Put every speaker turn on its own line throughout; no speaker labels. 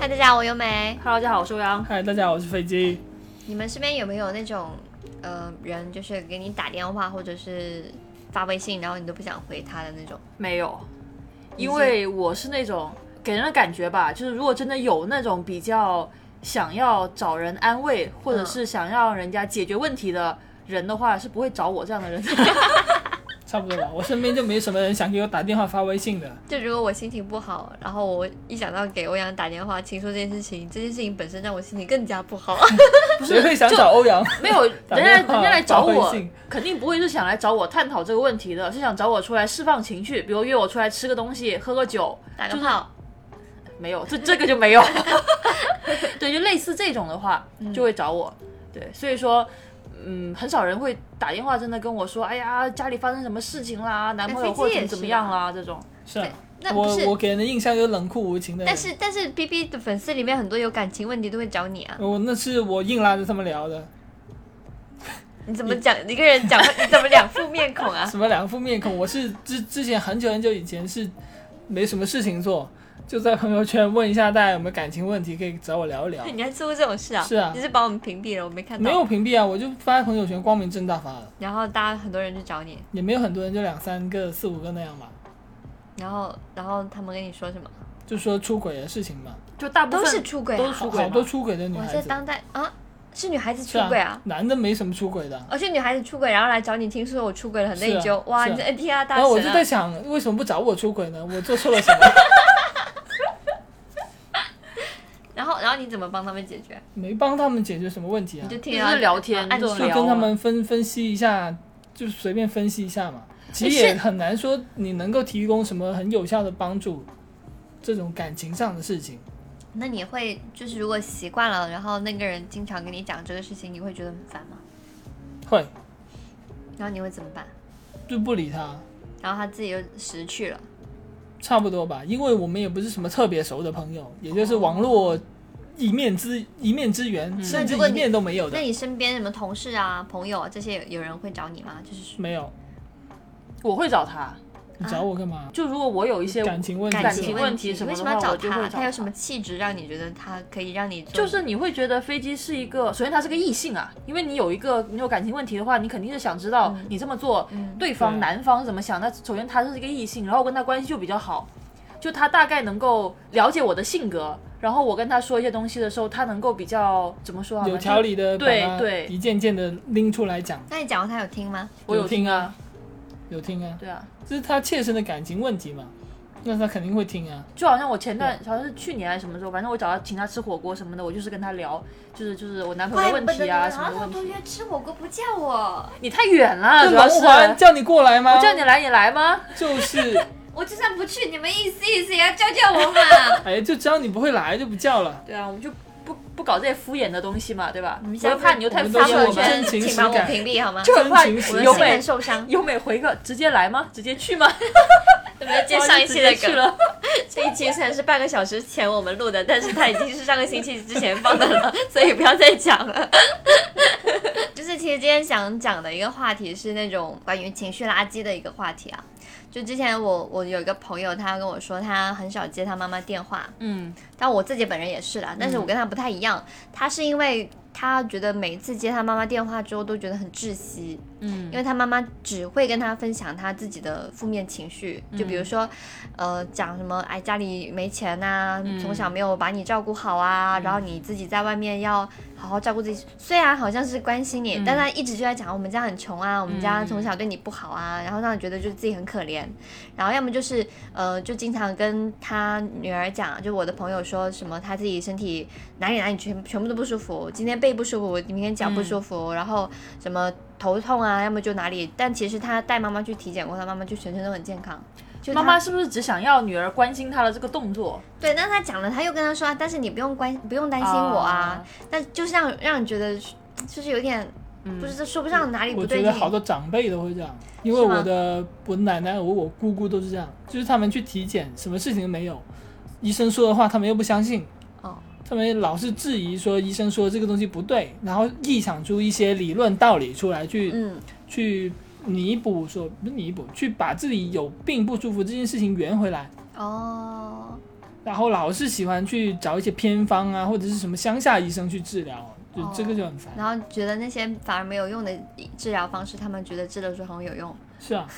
大家好，我优美。
Hello，大家好，我是欧阳。
嗨，大家好，我是飞机。
你们身边有没有那种呃人，就是给你打电话或者是发微信，然后你都不想回他的那种？
没有，因为我是那种给人的感觉吧，就是如果真的有那种比较想要找人安慰，或者是想让人家解决问题的人的话，是不会找我这样 的人。
差不多 吧，我身边就没什么人想给我打电话发微信的。
就如果我心情不好，然后我一想到给欧阳打电话倾诉这件事情，这件事情本身让我心情更加不 好。
谁会想找 欧阳？
没有，人
打
家
电
人
话
家来找
发
我
微信，
肯定不会是想来找我探讨这个问题的，是想找我出来释放情绪，比如约我出来吃个东西、喝个酒，
打个炮，
没有，这这个就没 有。对，就类似这种的话，
嗯
就会找我。对，所以说，嗯，很少人会打电话真的跟我说，哎呀，家里发生什么事情啦，男朋友
哎飞机
或者怎
也
么
是啊
怎么样啦，这种。
是啊，
那不
我
是
我给人的印象就是冷酷无情的人。
但是但是 B B 的粉丝里面很多有感情问题都会找你啊，
我那是我硬拉着他们聊的，
你怎么讲一个人 讲话，你怎么两副面孔啊？
什么两副面孔。我是之之前很久很久以前是没什么事情做，就在朋友圈问一下大家有没有感情问题，可以找我聊一聊。
你还做过这种事啊？
是啊
你是把我们屏蔽了，我没看到。
没有屏蔽啊，我就发朋友圈，光明正大发的，
然后大家很多人去找你，
也没有很多人，就两三个、四五个那样吧，
然后然后他们跟你说什么？
就说出轨的事情嘛，
就大部分
都是出轨啊
都是出轨
好
嘛
多出轨的女
我
孩
在
子，
当代啊，是女孩子
是
出轨啊，呃
男的没什么出轨的。
而且女孩子出轨，然后来找你听说我出轨了，很内
是啊
疚，哇，
是啊
你这 NTR 大
然后我就
神
在
啊！
想，为什么不找我出轨呢？ 我做错了什么？
然后然后你怎么帮他们解决？
没帮他们解决什么问题
你
啊
就？啊听
就是
然后
聊天
暗
这
示
种
就
聊
跟他们分分析一下，就随便分析一下嘛。其实也很难说你能够提供什么很有效的帮助，这种感情上的事情。
那你会就是如果习惯了，然后那个人经常跟你讲这个事情，你会觉得很烦吗？
会
然后你会怎么办？
就不理他，
然后他自己又识趣了，
差不多吧。因为我们也不是什么特别熟的朋友，也
哦
就是网络一面之一面之缘，
嗯
甚
那
至
如果
一
你
面都没有的
那。你身边什么同事啊、朋友啊这些有有人会找你吗？就是
没有，
我会找他。
你找我干嘛？
就如果我有一些
感情问题
啊感
是
情
吧
问
题，
题什么
为
的
什么要
话
找
我就会
他？
找
他有什
他
么气质让你觉得他可以让你做
就是你会觉得飞机是一个，首先它是个异性啊，因为你有一个你有感情问题的话，你肯定是想知
嗯
道你这么做，对方、
对
男方是怎么想。那首先他是一个异性，然后我跟他关系就比较好，就他大概能够了解我的性格，然后我跟他说一些东西的时候，他能够比较怎么说啊？
有条理的把
对
它
对
一件件的拎出来讲。
那你讲过他有听吗？
我有听啊，
有听啊，
对啊，
这是他切身的感情问题嘛，那他肯定会听啊。
就好像我前段好像是去年还是什么时候，反正我找他请他吃火锅什么的，我就是跟他聊，就是就是我男朋友
哎
的问题啊什么的问题。
约吃火锅不叫我，
你太远了，
这
主要
龙
是啊
环叫你过来吗？
我叫你来你来吗？
就是，
我就算不去，你们意思意思也要叫叫我 嘛。
哎，就知道你不会来就不叫了。
对啊，我们就不不搞这些敷衍的东西嘛，对吧？我
们下
又
次
怕你又太敷
我们
衍
都
我
是
们
真，情
请
实
把我
感
屏蔽好吗？
就很怕
真情实
我的
感
有
心
美
很受伤。
优美回个直接来吗？直接去吗？
我们接上一期 的
直接去
梗，
了，
这一期虽然是半个小时前我们录的，但是它已经是上个星期之前放的了， 所以不要再讲了。 就是其实今天想讲的一个话题是那种关于情绪垃圾的一个话题啊。就之前我我有一个朋友，他跟我说他很少接他妈妈电话，
嗯，
但我自己本人也是啦，但是我跟他不太一样，他是因为他觉得每一次接他妈妈电话之后都觉得很窒息，
嗯，
因为他妈妈只会跟他分享他自己的负面情绪，就比如说，呃，讲什么哎家里没钱呐、从小没有把你照顾好啊，然后你自己在外面要好好照顾自己，虽然好像是关心你，但他一直就在讲我们家很穷啊，我们家从小对你不好啊，然后让你觉得就是自己很可怜，然后要么就是呃，就经常跟他女儿讲，就我的朋友说什么他自己身体哪里哪里啊全全部都不舒服，今天背不舒服，明天
嗯
脚不舒服，然后什么头痛啊，要么就哪里。但其实他带妈妈去体检过，他妈妈就全身都很健康。就他
妈妈是不是只想要女儿关心她的这个动作？
对，那他讲了，他又跟他说，啊但是你不用关，不用担心我啊。但就是让让你觉得就是有点，不是说不上哪
哎
里不
嗯我
对
觉
劲
得。好多长辈都会这样，因为
是吗
我的我奶奶、我我姑姑都是这样，就是他们去体检，什么事情都没有，医生说的话他们又不相信，
哦，
他们老是质疑说医生说这个东西不对，然后臆想出一些理论道理出来去、
嗯，
去弥补说不是弥补，去把自己有病不舒服这件事情圆回来。
哦，
然后老是喜欢去找一些偏方啊，或者是什么乡下医生去治疗，就
哦
这个就很烦。
然后觉得那些反而没有用的治疗方式，他们觉得治了之后很有用。
是啊，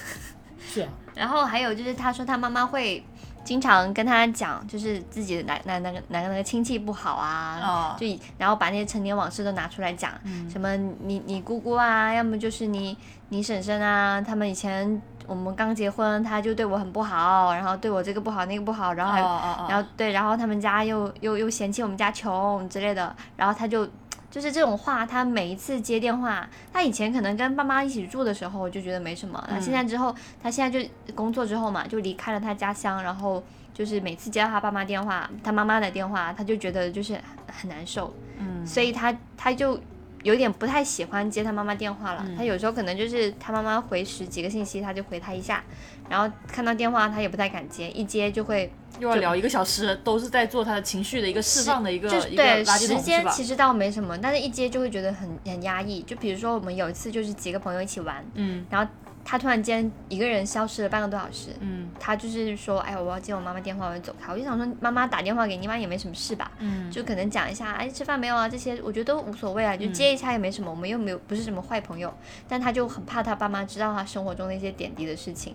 是啊，
然后还有就是，他说他妈妈会经常跟他讲，就是自己的哪哪哪个哪个哪个亲戚不好啊，
啊，
就以然后把那些陈年往事都拿出来讲，
嗯
什么你你姑姑啊，要么就是你你婶婶啊，他们以前我们刚结婚，他就对我很不好，然后对我这个不好那个不好，然后还、
啊
然后对，然后他们家又又又嫌弃我们家穷之类的，然后他就就是这种话，他每一次接电话，他以前可能跟爸妈一起住的时候就觉得没什么，
嗯
那、现在之后，他现在就工作之后嘛，就离开了他家乡，然后就是每次接到他爸妈电话，他妈妈的电话，他就觉得就是很难受，
嗯
所以他他就。有点不太喜欢接他妈妈电话
嗯
了，他有时候可能就是他妈妈回十几个信息，他就回他一下，然后看到电话他也不太敢接，一接就会
又要聊一个小时，都是在做他的情绪的一个释放的一个
就是
一个
对
垃圾
时
桶是
间
吧？
其实倒没什么，但是一接就会觉得很很压抑。就比如说我们有一次就是几个朋友一起玩，
嗯
然后他突然间一个人消失了半个多小时，
嗯
他就是说，哎，我要接我妈妈电话，我就走开。我就想说，妈妈打电话给你妈也没什么事吧，
嗯，
就可能讲一下，哎，吃饭没有啊？这些我觉得都无所谓啊，就接一下也没什么，我们又没有不是什么坏朋友。但他就很怕他爸妈知道他生活中的一些点滴的事情。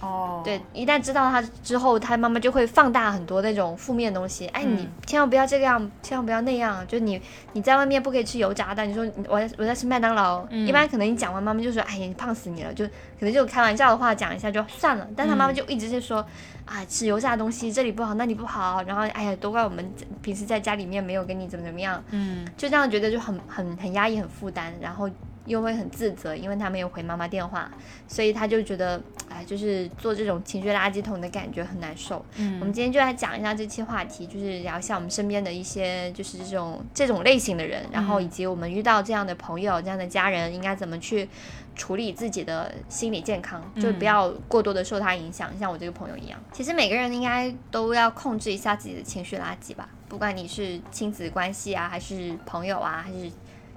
哦，
嗯对，一旦知道他之后，他妈妈就会放大很多那种负面的东西。哎，你
嗯
千万不要这个样，千万不要那样。就你你在外面不可以吃油炸的。你说你我在我在吃麦当劳，
嗯
一般可能你讲完，妈妈就说：“哎呀，你胖死你了。就”可能就开玩笑的话讲一下就算了。但他
嗯
妈妈就一直是说：“啊，吃油炸的东西这里不好，那里不好。”然后哎呀，都怪我们平时在家里面没有跟你怎么怎么样，
嗯
就这样觉得就很很很压抑，很负担，然后又会很自责，因为他没有回妈妈电话，所以他就觉得，哎，就是做这种情绪垃圾桶的感觉很难受。我们
嗯
今天就来讲一下这期话题，就是聊一下我们身边的一些就是这种这种类型的人，然后以及我们遇到这样的朋友、这样的家人，应该怎么去处理自己的心理健康，就不要过多的受他影响，像我这个朋友一样。嗯其实每个人应该都要控制一下自己的情绪垃圾吧，不管你是亲子关系啊，还是朋友啊，还是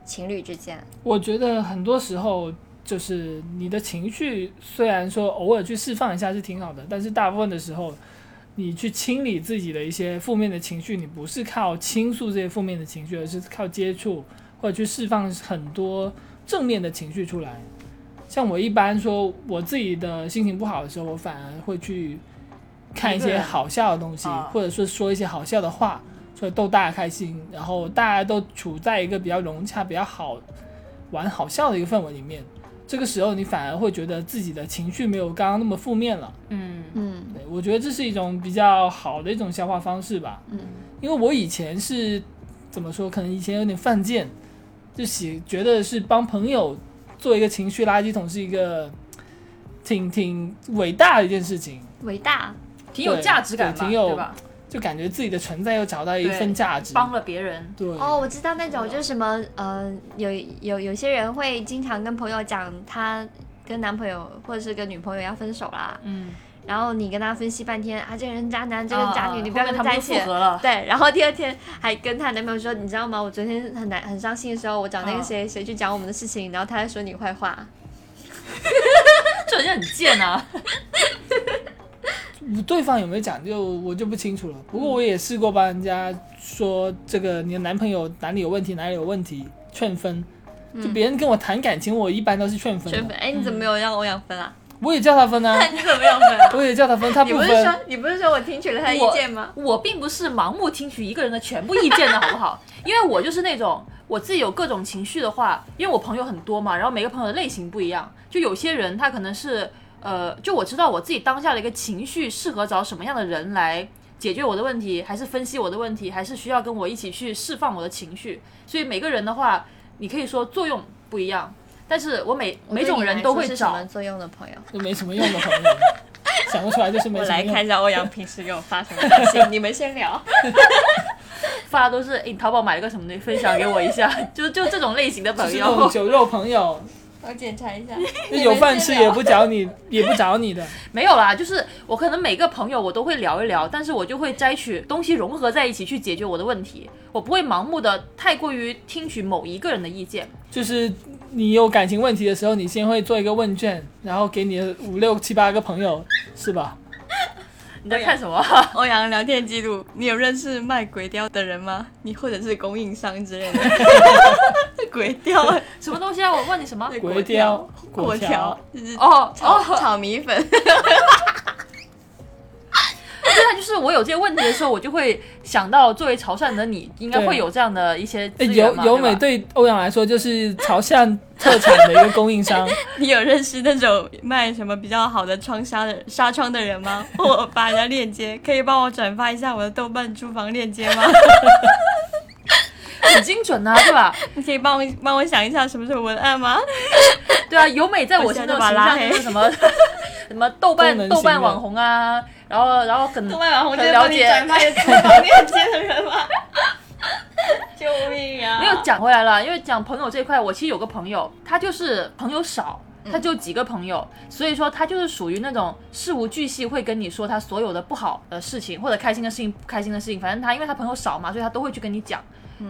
情侣之间，
我觉得很多时候就是你的情绪，虽然说偶尔去释放一下是挺好的，但是大部分的时候，你去清理自己的一些负面的情绪，你不是靠倾诉这些负面的情绪，而是靠接触或者去释放很多正面的情绪出来。像我一般说，我自己的心情不好的时候，我反而会去看一
一个
些
人
好笑的东西，
啊
或者说说一些好笑的话，所以逗大家开心，然后大家都处在一个比较融洽、比较好玩、好笑的一个氛围里面。这个时候，你反而会觉得自己的情绪没有刚刚那么负面了。
嗯
嗯
对我觉得这是一种比较好的一种消化方式吧。
嗯，
因为我以前是怎么说，可能以前有点犯贱，就喜觉得是帮朋友做一个情绪垃圾桶是一个挺挺伟大的一件事情，
伟大，
挺有价值感
对
吧，
挺有
对吧？
就感觉自己的存在又找到一份
对
价值。
帮了别人，
对，
哦，我知道那种就是什么，呃，有有有些人会经常跟朋友讲他跟男朋友或者是跟女朋友要分手啦，
嗯，
然后你跟他分析半天啊，这个人渣男，这个
啊
人渣女，
啊
你不要
后
跟
面他
在
们
一
就
起
复。合了，
对，然后第二天还跟她男朋友说，你知道吗？我昨天很难很伤心的时候，我找那个
啊
谁谁去讲我们的事情，然后他还说你坏话。
这人很贱啊，
对方有没有讲就我就不清楚了。不过我也试过帮人家说这个你的男朋友哪里有问题，哪里有问题，劝分。
嗯
就别人跟我谈感情，我一般都是劝分的。
圈粉，哎，你怎么没有让欧阳分啊？
我也叫他 分啊，
你怎 么没有分啊？
我也叫他分，他
你
不
不是
分。
说你不是说我听取了他的意
我
见吗？
我并不是盲目听取一个人的全部意见的，好不好？ 因为我就是那种我自己有各种情绪的话，因为我朋友很多嘛，然后每个朋友的类型不一样，就有些人他可能是呃，就我知道我自己当下的一个情绪适合找什么样的人来解决我的问题，还是分析我的问题，还是需要跟我一起去释放我的情绪。所以每个人的话，你可以说作用不一样，但是我每每种人都会
是什
找
么作用的朋友？
就没什么用的朋友， 想不出来就是没
我
什么
来看
用。
一下欧阳平时给我发什么短 信，你们先聊。
发的都是，诶哎你淘宝买了个什么东西，分享给我一下， 就就这种类型的
就
朋
是那种
友。
酒肉朋友，
我检查一下，
就有饭吃也不找你， 也不找你的。
没有啦，就是我可能每个朋友我都会聊一聊，但是我就会摘取东西融合在一起去解决我的问题，我不会盲目的太过于听取某一个人的意见。
就是你有感情问题的时候，你先会做一个问卷，然后给你的五六七八个朋友，是吧？
你在看什么？
欧阳聊天记录，你有认识卖鬼雕的人吗？你或者是供应商之类的？ 鬼雕、
什么东西啊？我问你 什么？
鬼雕、
果
果条
条，，就是
哦
炒
哦，
炒米粉。
对啊，就是我有这些问题的时候，我就会想到作为潮汕的你，应该
对
会有这样的一些资
哎，
源
由
嘛
由
对吧
美对欧阳来说就是潮汕特产的一个供 应商，
你有认识那种卖什么比较好的窗纱的纱窗的人吗？我把人家链接，可以帮我转发一下我的豆瓣厨房链接吗？
很精准呐、啊，对 吧？
你可以帮我帮我想一下什么是文案吗？
对啊，由美在我心中的形象就是什么什么豆瓣
功能型的
豆瓣网红啊，然后然后很
豆瓣网红就
很
是
了
帮你
解，
转发的厨房链接的人吗？ 救命啊！
没有讲回来了，因为讲朋友这一块，我其实有个朋友，他就是朋友少，他就几个朋友，所以说他就是属于那种事无巨细会跟你说他所有的不好的事情，或者开心的事情、不开心的事情，反正他因为他朋友少嘛，所以他都会去跟你讲。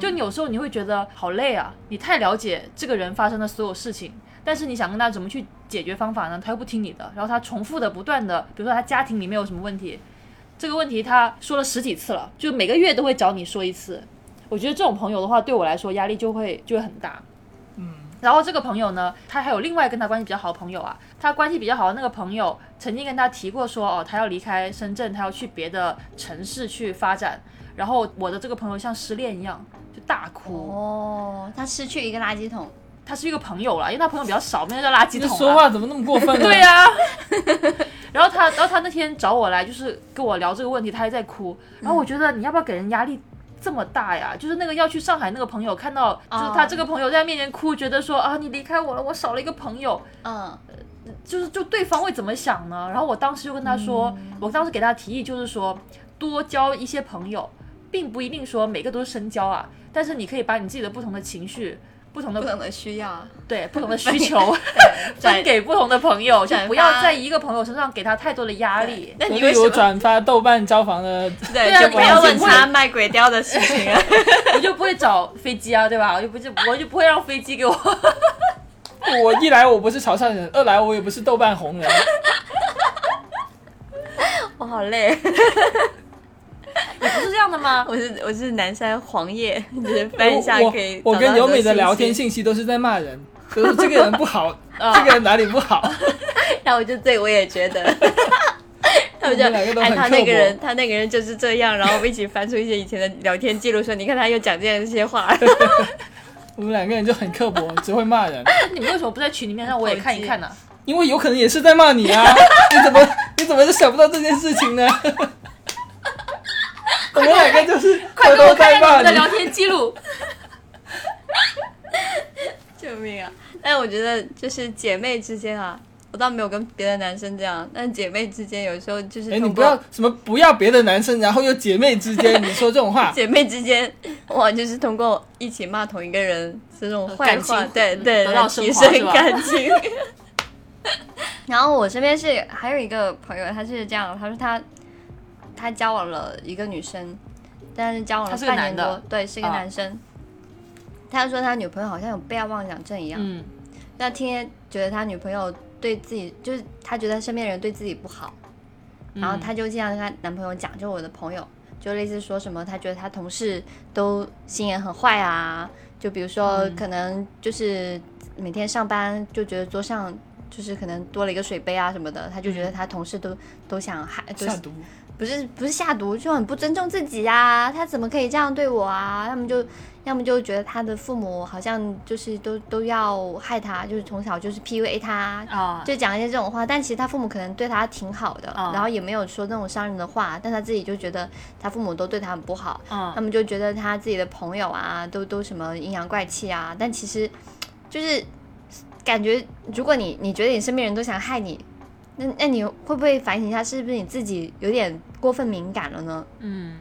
就你有时候你会觉得好累啊，你太了解这个人发生的所有事情，但是你想跟他怎么去解决方法呢？他又不听你的，然后他重复的不断的，比如说他家庭里面有什么问题，这个问题他说了十几次了，就每个月都会找你说一次。我觉得这种朋友的话，对我来说压力就会就会很大。
嗯，
然后这个朋友呢，他还有另外跟他关系比较好的朋友啊，他关系比较好的那个朋友曾经跟他提过说，哦，他要离开深圳，他要去别的城市去发展。然后我的这个朋友像失恋一样，就大哭。
哦，他失去一个垃圾桶，
他是一个朋友了，因为他朋友比较少，没有叫垃圾
你
桶
这
啊。
说话怎么那么过分 呢？
对呀、 然后他，然后他那天找我来，就是跟我聊这个问题，他还在哭。然后我觉得你要不要给人压力这么大呀？就是那个要去上海那个朋友，看到就是他这个朋友在他面前哭，觉得说啊你离开我了，我少了一个朋友，
嗯，
就是就对方会怎么想呢？然后我当时就跟他说，我当时给他提议就是说多交一些朋友，并不一定说每个都是深交啊，但是你可以把你自己的不同的情绪。不同的
不同的需要，
对不同的需求分
转
给不同的朋友，就
转发
不要在一个朋友身上给他太多的压力。
那你
例
为什
如
么？
转发豆瓣招房的，
对
对啊
就
你
不
不
要
要
问
问
他卖鬼雕的事情 啊！
我就不会找飞机啊，对吧？我就不就我就不会让飞机给 我。
我一来我不是潮汕人，二来我也不是豆瓣 红人，
我好累，
你不是这样的吗？
我是我是南山黄叶，就是翻一下
我
可以
我我
找到
跟
很多
由美的聊
信
天
息
信息都是在骂人，比如说这个人不 好，
啊
这个人哪里不好，
然后我就对我也觉 得，他们就
我们两个都
哎，
很
他那个
刻薄
人，他那个人就是这样。然后我们一起翻出一些以前的聊天记录，说你看他又讲这样一些 话。
我们两个人就很刻薄，只会骂人，
那你们为什么不在群里面让我也看一 看呢、
因为有可能也是在骂你啊， 你怎么你怎么就想不到这件事情呢？ 我们两个就是
快
偷
给我
偷
看
在
一看
骂
你们的
你
聊，天记录。
救命啊！但我觉得就是姐妹之间啊，我倒没有跟别的男生这样，但姐妹之间有时候就是
哎，你
通
不
过
要什么不要别的男生，然后又姐妹之间，你说这种话，
姐妹之间，哇，就是通过一起骂同一个人这种坏
感
话，
情
对
嗯
对，
得到
来
升
提
华
升
是吧
感情。 然后我身边是还有一个朋友，他是这样，他说他他交往了一个女生，但是交往了
他是个
半年
男的
多，对，是一个
啊
男生。他说他女朋友好像有被害妄想症一样，
嗯，
那天天觉得他女朋友对自己，就是他觉得身边人对自己不好，然后她就经常跟她男朋友讲，就我的朋友，就类似说什么，她觉得她同事都心眼很坏啊，就比如说
嗯
可能就是每天上班就觉得桌上就是可能多了一个水杯啊什么的，她就觉得她同事都都想害，就
下
是
毒。
不是不是下毒，就很不尊重自己啊，她怎么可以这样对我啊？他们就要么就觉得她的父母好像就是都都要害她，就是从小就是 PUA 她，
啊，
就讲一些这种话，但其实他父母可能对他挺好的，
啊
然后也没有说那种伤人的话，但他自己就觉得他父母都对他很不好，他
嗯，
们就觉得他自己的朋友啊，都都什么阴阳怪气啊，但其实就是感觉，如果你你觉得你身边人都想害你，那那你会不会反省一下，是不是你自己有点过分敏感了呢？
嗯，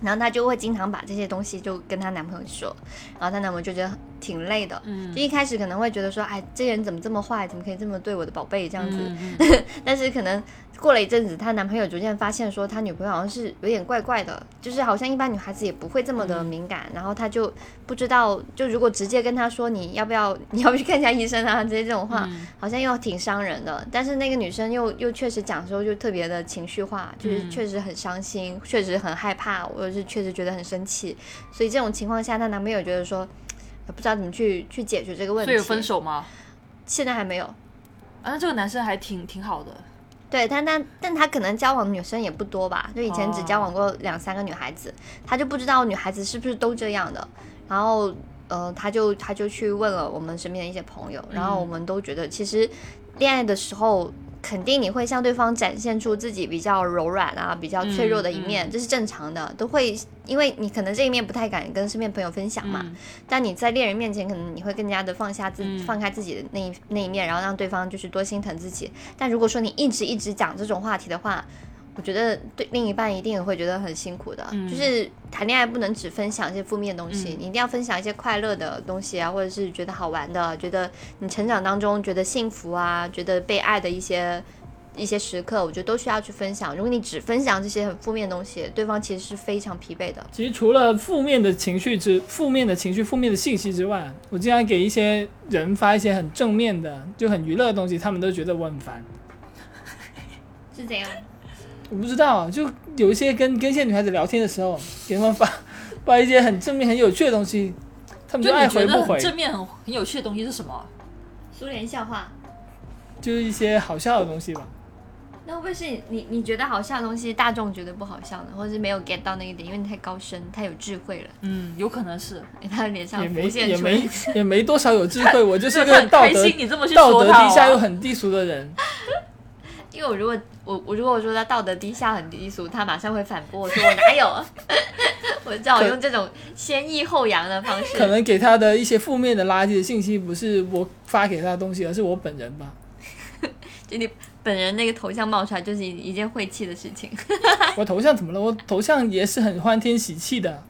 然后她就会经常把这些东西就跟她男朋友说，然后她男朋友就觉得挺累的。
嗯
就一开始可能会觉得说，哎，这人怎么这么坏，怎么可以这么对我的宝贝这样子？
嗯
但是可能过了一阵子，她男朋友逐渐发现说，她女朋友好像是有点怪怪的，就是好像一般女孩子也不会这么的
嗯
敏感。然后他就不知道，就如果直接跟她说你要不要， 你要不去看一下医生啊，这些这种话，
嗯
好像又挺伤人的。但是那个女生又又确实讲的时候就特别的情绪化，就是
嗯
确实很伤心，确实很害怕，我是确实觉得很生气。所以这种情况下，她男朋友觉得说。呃不知道怎么去去解决这个问
所
题，
以有分手吗？
现在还没有，
啊，那这个男生还挺挺好的，
对，但但但他可能交往的女生也不多吧，就以前只交往过两三个女孩子，他就不知道女孩子是不是都这样的。然后，呃，他就他就去问了我们身边的一些朋友，然
嗯
后我们都觉得，其实恋爱的时候，肯定你会向对方展现出自己比较柔软啊、比较脆弱的一面，
嗯嗯
这是正常的，都会，因为你可能这一面不太敢跟身边朋友分享嘛。
嗯
但你在恋人面前，可能你会更加的放下自、
嗯
放开自己的那一那一面，然后让对方就是多心疼自己。但如果说你一直一直讲这种话题的话，我觉得对另一半一定也会觉得很辛苦的。啊
嗯
就是谈恋爱不能只分享一些负面的东西，
嗯
你一定要分享一些快乐的东西啊，或者是觉得好玩的，啊觉得你成长当中觉得幸福啊，觉得被爱的一些。一些时刻，我觉得都需要去分享。如果你只分享这些很负面的东西，对方其实是非常疲惫的。
其实除了负面的情绪之负面的情绪、负面的信息之外，我经常给一些人发一些很正面的、就很娱乐的东西，他们都觉得我很烦。
是怎样？
我不知道，就有一些跟跟一些女孩子聊天的时候，给他们发 发一些很正面、很有趣的东西，他们
就
爱
你觉
回不
得
回
很，正面很很有趣的东西是什么？
苏联笑话。
就是一些好笑的东西吧。
那会不会是你你觉得好笑的东西，大众觉得不好笑呢，或者是没有 get 到那一点，因为你太高深，太有智慧了，
嗯，有可能是。
因为他的脸上
也没
浮现
也
出
没
来。
也没多少有 智慧，我就是一
这
个
很
道
开
德
心你这么去
道
说
德
他哦
低下又很低俗的人。
因为我如果我我如果说他道德低下很低俗，他马上会反驳我说我哪有， 我只好用这种先抑后扬的方
可
式。
能给他的一些负面的垃圾的信息，不是我发给他的东西，而是我本人吧。
就你本人那个头像冒出来，就是一一件晦气的事情，
我头像怎么了？我头像也是很欢天喜气的，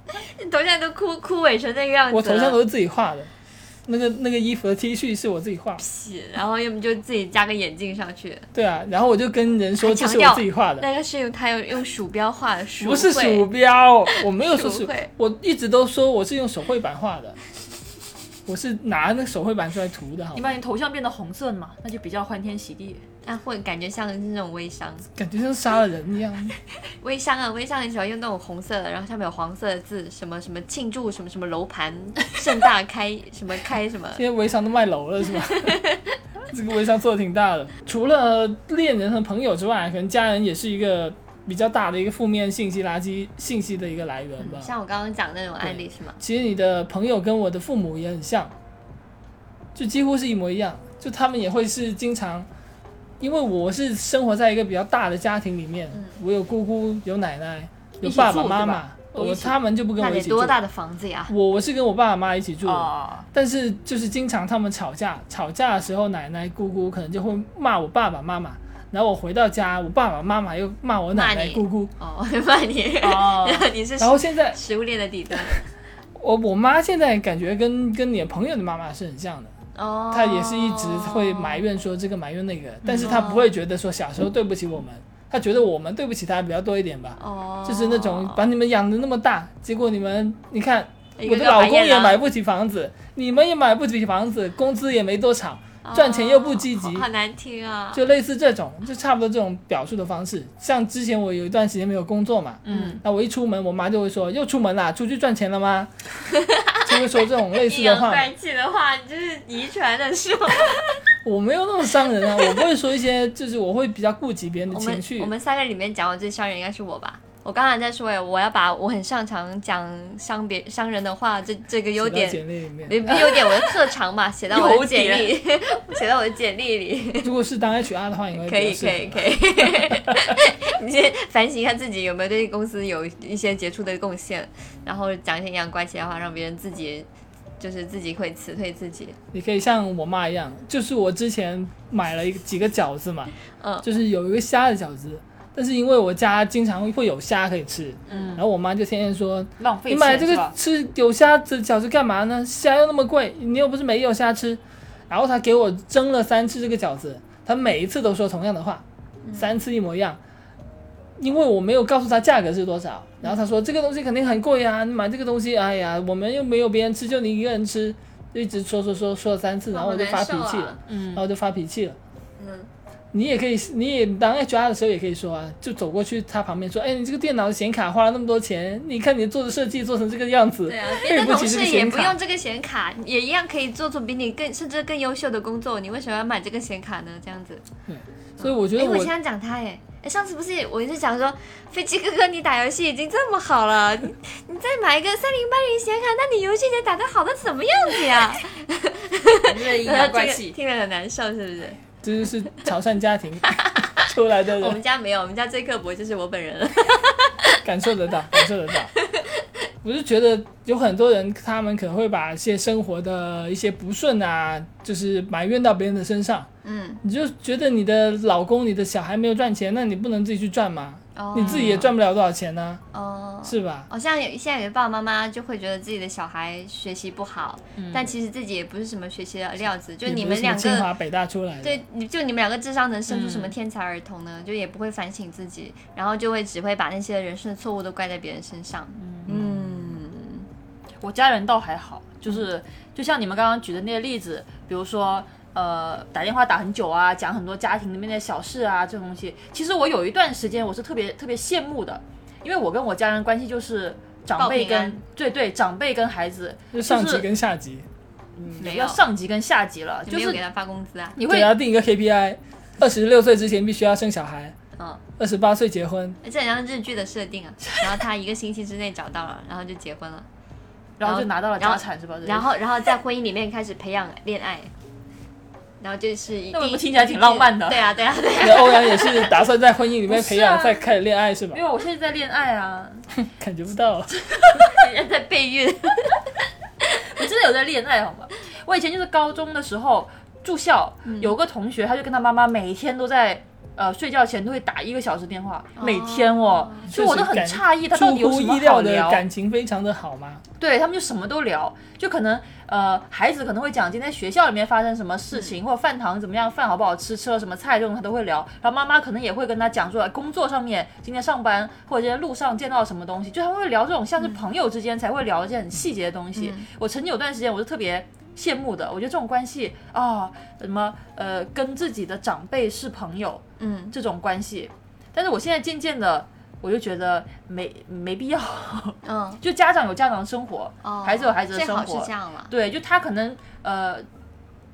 你头像都枯枯萎成那个样子了。
我头像都是自己画的，那个那个衣服的 T 恤是我自己画。
屁然后要么就自己加个眼镜上去，
对啊，然后我就跟人说
还
这
强
是
调
我自己画的，
那个是用他用用鼠标画的，鼠
不是
绘
鼠标，我没有说
手
是
绘，
我一直都说我是用手绘板画的，我是拿那个手绘板出来涂的，好
你
吗
把你头像变得红色嘛，那就比较欢天喜地。
啊，会感觉像是那种微商，
感觉像杀了人一样。
微商啊，微商很喜欢用那种红色的，然后上面有黄色的字，什么什么庆祝什么什么楼盘盛大开什么开什么，
现在微商都卖楼了是吧？ 这个微商做的挺大的。除了恋人和朋友之外，可能家人也是一个比较大的一个负面信息垃圾信息的一个来源吧。
像我刚刚讲的那种案例是吗？
其实你的朋友跟我的父母也很像，就几乎是一模一样。就他们也会是经常，因为我是生活在一个比较大的家庭里面，
嗯
我有姑姑，有奶奶，有
一起
爸
住
爸
对
妈
吧
妈，
哦
我
一起
他们就不跟
那
我一
得
起住嗯
多。大的房子呀？
我我是跟我爸爸妈妈一起住的，
啊，
但是就是经常他们吵架，吵架的时候，奶奶、姑姑可能就会骂我爸爸妈妈，然后我回到家，我爸爸妈妈又骂我奶
骂
奶、
你
姑姑，
哦， 骂你，
哦
你是
然后现在
食物链的底端
我我妈现在感觉跟跟你的朋友的妈妈是很像的，
哦，
她也是一直会埋怨说这个埋怨那个，但是她不会觉得说小时候对不起我们，她觉得我们对不起她比较多一点吧，
哦，
就是那种把你们养的那么大，结果你们你看
一
我
个
的
个
老
白
公
眼
也
狼
买不起房子，你们也买不起房子，工资也没多少，赚钱又不积极
哦好好难听啊，
就类似这种，就差不多这种表述的方式。像之前我有一段时间没有工作嘛，
嗯，
那我一出门，我妈就会说又出门啦，出去赚钱了吗？ 就会说这种类似
阴
的
阳
话。
怪气的话，你就是遗传的 是吗？
我没有那么 伤人啊，我不会说一些，就是我会比较顾及别人的
我
情
们
绪
我。们三个里面讲我最伤人应该是我吧。我刚才在说，哎，我要把我很擅长讲伤别伤人的话，这这个优
写到
点，
简历里面，
也不是优点，我的特长嘛，写到我
优
的简
点
历， 写到我的简历里，
如果是当 HR 的话，应该
可
比
以，
较适
可
合
以，可以。 你先反省一下自己有没有对公司有一些杰出的贡献，然后讲一些阴阳怪气的话，让别人自己就是自己会辞退自己。
你可以像我妈一样，就是我之前买了一个几个饺子嘛，
嗯
就是有一个虾的饺子，但是因为我家经常会有虾可以吃，
嗯
然，后我妈就天天说
浪费
你买
钱
这
是
个
吧？
吃有虾子饺子干嘛呢？虾又那么贵，你又不是没有虾吃。然后他给我蒸了三次这个饺子，他每一次都说同样的话，
嗯
三次一模一样。因为我没有告诉他价格是多少，
嗯
然后他说这个东西肯定很贵啊，你买这个东西，哎呀，我们又没有别人吃，就你一个人吃，就一直说说说说了三次，然后我就发脾气了，然
嗯
后我就发脾气了。
嗯，
你也可以，你也当 HR 的时候也可以说啊，就走过去他旁边说，哎，你这个电脑的显卡花了那么多钱，你看你做的设计做成这个样子，
对啊，别
对
的
不
同
起这
事
个
也
显
不
卡
用。这个显卡，也一样可以做出比你更甚至更优秀的工作，你为什么要买这个显卡呢？这样子，
所以我觉
哎，
得
我
我
经常讲他哎。哎，上次不是我一直讲说，飞机哥哥，你打游戏已经这么好 了，你你再买一个三零八零显卡，那你游戏得打得好的什么样子 呀？
这阴
这
阳怪
个
气。
听了很难受，是不是？
这就是潮汕家庭 出来的
我们
人
家没有，我们家最刻薄就是我本人了。
感受得到，感受得到。我是觉得有很多人，他们可能会把一些生活的一些不顺啊，就是埋怨到别人的身上。
嗯，
你就觉得你的老公、你的小孩没有赚钱，那你不能自己去赚吗？
哦
你自己也赚不了多少钱呢、
哦，
是吧？
好像有现在有些爸爸妈妈就会觉得自己的小孩学习不好，但其实自己也不是什么学习的料子，就你
嗯也不
们
是
两
什么清
个。
华北大出来的，
对，你就你们两个智商能生出什么天才儿童呢？就也不会反省自己，然后就会只会把那些人生错误都怪在别人身上。嗯，
我家人倒还好，就是就像你们刚刚举的那个例子，比如说呃打电话打很久啊，讲很多家庭里面的小事啊这种东西。其实我有一段时间我是特别特别羡慕的，因为我跟我家人关系就是长辈
报平安
跟对对长辈跟孩子，
就上
就
级
是
跟下级，
嗯没
要
有，
上级跟下级了，
你
就
没有
是
给他发工 资啊？
你
给
会
他定一个 KPI，二十六岁之前必须要生小孩，
嗯，
二十八岁结婚，
这很像日剧的设定啊。然后他一个星期之内找到了，然后就结婚了，
然后就拿到了
然后
家产是吧？这是
然后然后在婚姻里面开始培养恋爱，然后就是一
那我
定
不听起来挺浪漫的
对啊，对啊，对 啊。
那欧阳也是打算在婚姻里面培养，
不是啊
再开始恋爱是吧
因？为我现在在恋爱啊，
感觉不到，
人啊在备孕。
我真的有在恋爱，好吗？我以前就是高中的时候住校，有个同学，他就跟他妈妈每天都在呃睡觉前都会打一个小时电话，每天哦，所以我都很
确实
诧异他到
出
底有
乎
什么好
意料的
聊。
感情非常的好嘛。
对他们就什么都聊，就可能呃孩子可能会讲今天学校里面发生什么事情，或者饭堂怎么样，饭好不好吃，吃了什么菜这种他都会聊。然后妈妈可能也会跟他讲说，哎工作上面今天上班或者今天路上见到什么东西，就他们会聊这种像是朋友之间才会聊一些很细节的东西。我曾经有段时间我是特别。羡慕的，我觉得这种关系啊，什么呃，跟自己的长辈是朋友，
嗯，
这种关系。但是我现在渐渐的，我就觉得没没必要，
嗯，
就家长有家长的生活，
哦，
孩子有孩子的生活
最好是这样了。
对，就他可能呃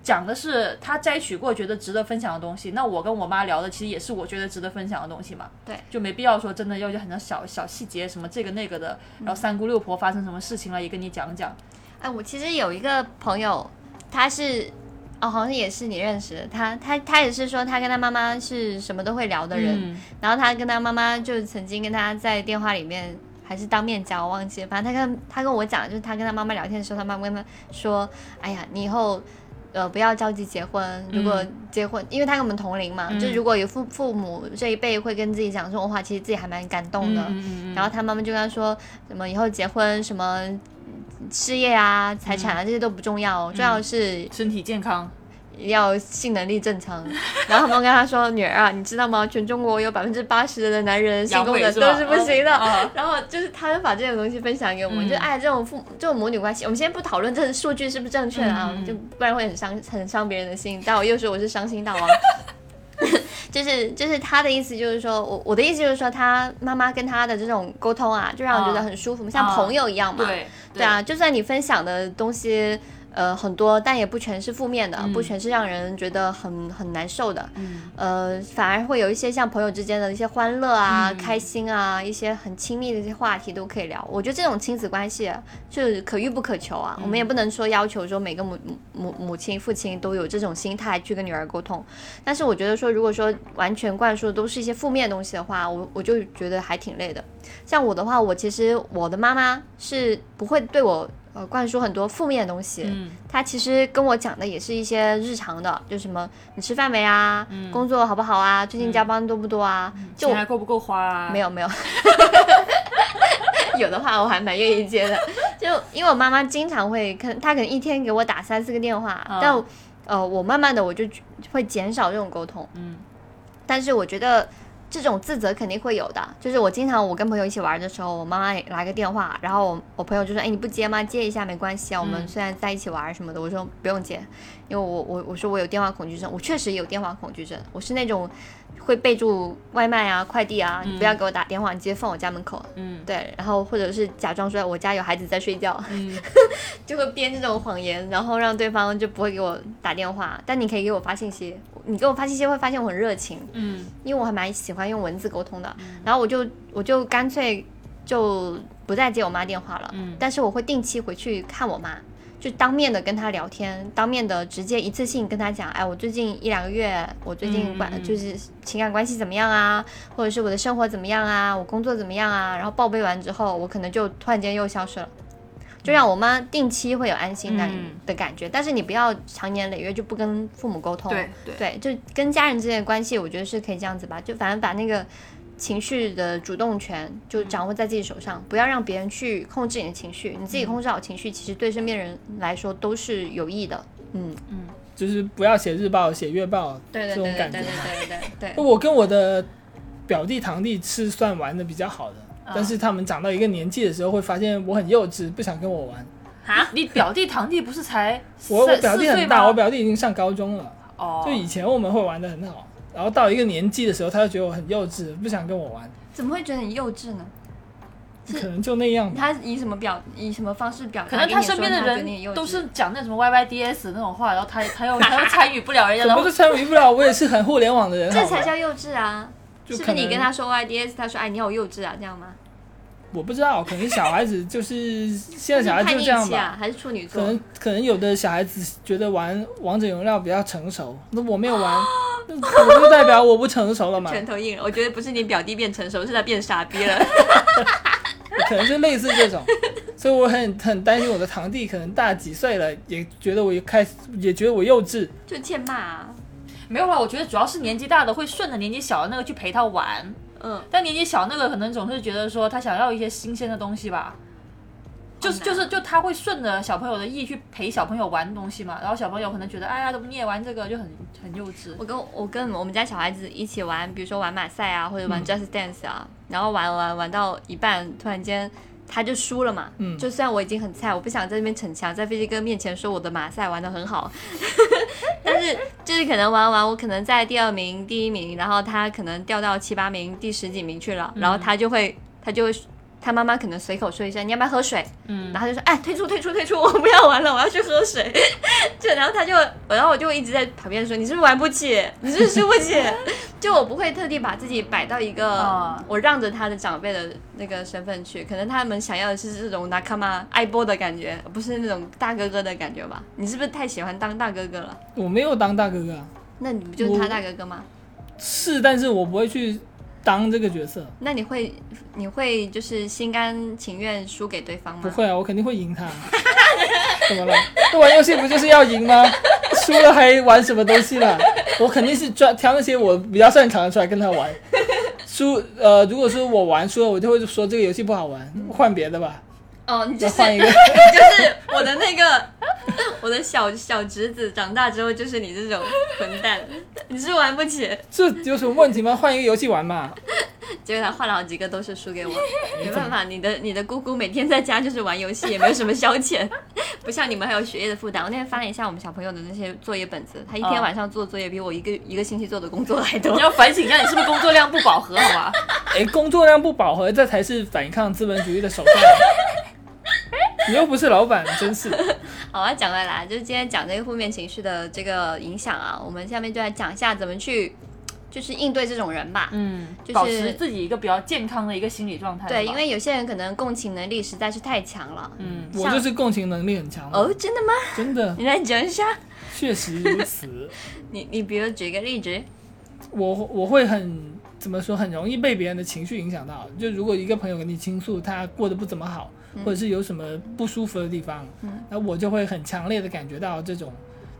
讲的是他摘取过觉得值得分享的东西，那我跟我妈聊的其实也是我觉得值得分享的东西嘛，
对，
就没必要说真的要就很多小小细节什么这个那个的，然后三姑六婆发生什么事情了也跟你讲讲，
哎，我其实有一个朋友，他是。哦，好像也是你认识的，他他他也是说他跟他妈妈是什么都会聊的人，
嗯
然后他跟他妈妈就曾经跟他在电话里面还是当面讲，我忘记了。反正他跟他跟我讲，就是他跟他妈妈聊天的时候，他妈妈跟他说：“哎呀，你以后呃不要着急结婚，如果
嗯
结婚，因为他跟我们同龄嘛，就如果有父父母这一辈会跟自己讲这种话，其实自己还蛮感动的。
嗯嗯嗯
然后他妈妈就跟他说，什么以后结婚什么事业啊、财产
嗯
啊、这些都不重要哦，重要的是
身体健康，
要性能力正常。 然后他们跟他说：“女儿啊，你知道吗？全中国有百分之八十的男人性
阳
功
痿
能
是
都
吧
是不行的。
嗯 嗯
然后就是 他把这种东西分享给我们，
嗯
就哎，这种父这种母女关系，我们先不讨论这数据是不是正确的啊，
嗯嗯嗯
就不然会很伤很伤别人的心。但我又说我是 伤心大王。就是就是他的意思，就是说我我的意思就是说，他妈妈跟他的这种沟通啊，就让我觉得
啊
很舒服，像
啊
朋友一样嘛。
对
对，啊，就算你分享的东西呃很多，但也不全是负面的，不全是让人觉得很很难受的，
嗯
呃，反而会有一些像朋友之间的一些欢乐啊、开心啊，一些很亲密的一些话题都可以聊。我觉得这种亲子关系啊就是可遇不可求
嗯
啊，我们也不能说要求说每个母母母母亲、父亲都有这种心态去跟女儿沟通。但是我觉得说，如果说完全灌输都是一些负面的东西的话，我我就觉得还挺累的。像我的话，我其实我的妈妈是不会对我呃灌输很多负面的东西。
嗯
他其实跟我讲的也是一些日常的，就什么你吃饭没啊，
嗯
工作好不好啊，最近加班多不多啊，就
钱还够不够花啊？
没有 没有，有的话我还蛮愿意接的。就因为我妈妈经常会看，她可能一天给我打三四个电话，
嗯
但呃，我慢慢的我就会减少这种沟通。
嗯，
但是我觉得这种自责肯定会有的。就是我经常我跟朋友一起玩的时候，我妈妈也来个电话，然后我我朋友就说：“哎，你不接吗？接一下没关系啊，我们
嗯
虽然在一起玩什么的。我说：“不用接，因为我我我说我有电话恐惧症，我确实有电话恐惧症，我是那种会备注外卖啊、快递啊，你不要给我打电话，你直接放我家门口。”
嗯
对，然后或者是假装说我家有孩子在睡觉，
嗯
就会编这种谎言，然后让对方就不会给我打电话。但你可以给我发信息，你给我发信息会发现我很热情，
嗯
因为我还蛮喜欢用文字沟通的。然后我就我就干脆就不再接我妈电话了，
嗯
但是我会定期回去看我妈。就当面的跟她聊天，当面的直接一次性跟她讲，哎，我最近一两个月，我最近
嗯
关、
嗯嗯
就是情感关系怎么样啊，或者是我的生活怎么样啊，我工作怎么样啊，然后报备完之后，我可能就突然间又消失了，就让我妈定期会有安心感
嗯
的感觉，但是你不要长年累月就不跟父母沟通，啊
对对，
对，就跟家人之间的关系，我觉得是可以这样子吧，就反正把那个情绪的主动权就掌握在自己手上，不要让别人去控制你的情绪，你自己控制好情绪，其实对身边人来说都是有益的。嗯，
嗯
就是不要写日报、写月报这种感觉嘛。
对对对
我跟我的表弟堂弟是算玩的比较好的，
啊
但是他们长到一个年纪的时候，会发现我很幼稚，不想跟我玩。
啊，你表弟堂弟不是才
我
三
我表弟
四岁
很大，
吗
我表弟已经上高中了，
哦，
就以前我们会玩的很好，然后到一个年纪的时候，他就觉得我很幼稚，不想跟我玩，
怎么会觉得你幼稚呢？
可能就那样吧。
他以什么表以什么方式表达？
可能他身边的人都是讲那什么 YYDS 那种话，然后他 他又他又参与不了人家，
怎
然
么
后
都参与不了，我也是很互联网的人，
这
好吧
才叫幼稚啊！
就是
不
可
是
能
你跟他说 YDS，他说哎你好幼稚啊这样吗？
我不知道，可能小孩子就是现在小孩
叛
就
逆
这样
期
吧
啊，。还是处女
可
座？
能可能有的小孩子觉得玩王者荣耀比较成熟，那我没有 玩，那我就代表我不成熟了嘛？
拳头硬了，我觉得不是你表弟变成熟，是他变傻逼了。
可能就类似 这种，所以我很很担心我的堂弟可能大几岁了，也觉得我也开始也觉得我幼稚，
就欠骂啊。
没有啦。我觉得主要是年纪大的会顺着年纪小的那个去陪他玩，
嗯，
但年纪小那个可能总是觉得说他想要一些新鲜的东西吧，就是
好
就
难
是就他会顺着小朋友的意去陪小朋友玩东西嘛，然后小朋友可能觉得哎呀，怎么你也玩这个就很很幼稚
我，跟我跟我们家小孩子一起玩，比如说玩马赛啊，或者玩
嗯
Just Dance 啊，然后玩玩玩到一半，突然间他就输了嘛。
嗯
就虽然我已经很菜，我不想在那边逞强，在飞机哥面前说我的马赛玩的很好， 但是就是可能玩完，我可能在第二名、第一名，然后他可能掉到七八名、第十几名去了，
嗯
然后他就会他就会。他妈妈可能随口说一声“你要不要喝水”，
嗯
然后他就说：“哎，退出，退出，退出，我不要玩了，我要去喝水。” 就然后他就，然后我就一直在旁边说：“你是不是玩不起？你是不是输不起？” 就我不会特地把自己摆到一个
嗯
啊
我让着他的长辈的那个身份去，可能他们想要的是这种拿卡玛爱波的感觉，不是那种大哥哥的感觉吧？你是不是太喜欢当大哥哥了？
我没有当大哥哥啊，
那你不就是他大哥哥吗？
是，但是我不会去当这个角色，
嗯
那你会你会就是心甘情愿输给对方吗？
不会啊，我肯定会赢他。 怎么了？那玩游戏不就是要赢吗？输了还玩什么东西嘛？我肯定是抓挑那些我比较擅长的出来跟他玩。输呃，如果说我玩输了，我就会说这个游戏不好玩，换别的吧，
哦，你就
再
是
换一个。
就是我的那个，我的小小侄子长大之后就是你这种混蛋，你是玩不起。
这有什么问题吗？换一个游戏玩嘛。
结果他换了好几个都是输给我，没办法，你的你的姑姑每天在家就是玩游戏，也没有什么消遣，不像你们还有学业的负担。我那天翻了一下我们小朋友的那些作业本子，他一天
嗯
晚上做作业比我一个一个星期做的工作还多
你。要反省一下你是不是工作量不饱和，好吧？
哎，工作量不饱和，这才是反抗资本主义的手段。你又不是老板，真是。
好啊，讲回来，就是今天讲这个负面情绪的这个影响啊，我们下面就来讲一下怎么去，就是应对这种人吧。
嗯，
就是
保持自己一个比较健康的一个心理状态，
对，
是吧
因为有些人可能共情能力实在是太强了。
嗯
我就是共情能力很强，
哦，真的吗？
真的
你来讲一下。
确实如此。
你你比如举个例子，
我我会很怎么说，很容易被别人的情绪影响到。就如果一个朋友跟你倾诉他过得不怎么好，
嗯
或者是有什么不舒服的地方，那我就会很强烈的感觉到这种，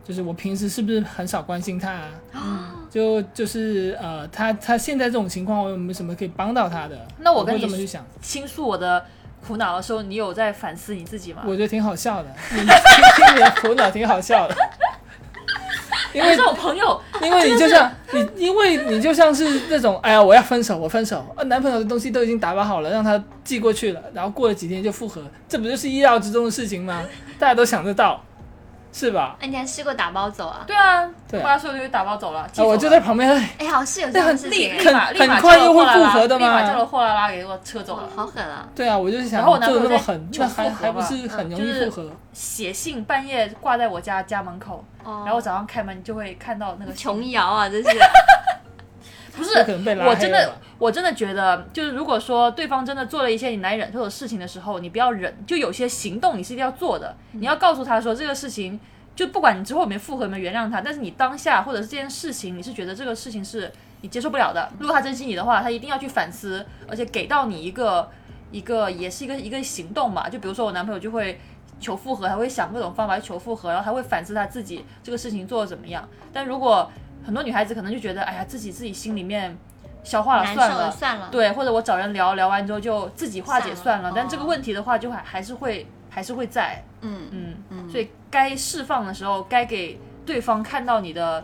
就是我平时是不是很少关心他、啊？就就是呃，他他现在这种情况，我有没有什么可以帮到他的？
那我
我
跟
会
你
这么去想，
倾诉我的苦恼的时候，你有在反思你自己吗？
我觉得挺好笑的。你 听你的苦恼挺好笑的， 因为
哎这种朋友，
因为你就像你，因为你就像是那种，哎呀，我要分手，我分手，啊，男朋友的东西都已经打包好了，让他寄过去了，然后过了几天就复合，这不就是意料之中的事情吗？大家都想得到，是吧？
哎，你还试过打包走啊？
对啊，
对
八岁就打包走了，寄
啊，
走
我
了
就在旁边，哎
哎，好像是有这
那
样的
很
事
立
情
立马
很
立马
很快
叫了
又会
货拉拉
复合的
立马
嘛
叫了货拉拉给我车走
哇
了。
好狠啊！
对啊，我就是想
然后我男
做
朋
的
友
那么
在
狠，
求
那
复
还
合
还不
吧
是很容
就
易
是
复合？
写信半夜挂在我家家门口，
哦，
然后早上开门就会看到那个信
琼瑶啊，这是
不
有
是
可能被拉
我
黑
真
了
的
吧，
我真的觉得，就是如果说对方真的做了一些你难以忍受的事情的时候，你不要忍，就有些行动你是一定要做的，
嗯
你要告诉他说这个事情，就不管你之后有没有复合、有没有原谅他，但是你当下或者是这件事情，你是觉得这个事情是你接受不了的。如果他珍惜你的话，他一定要去反思，而且给到你一个一个也是一个一个行动嘛。就比如说我男朋友就会。求复合，还会想各种方法去求复合，然后还会反思他自己这个事情做的怎么样。但如果很多女孩子可能就觉得，哎呀，自己自己心里面消化了
难受
算
了
了，
啊算了，
对，或者我找人聊聊完之后就自己化解
嗯算
算
了
了。但这
哦
个问题的话，就还还是会还是会在，
嗯，
嗯嗯，所以该释放的时候，该给对方看到你的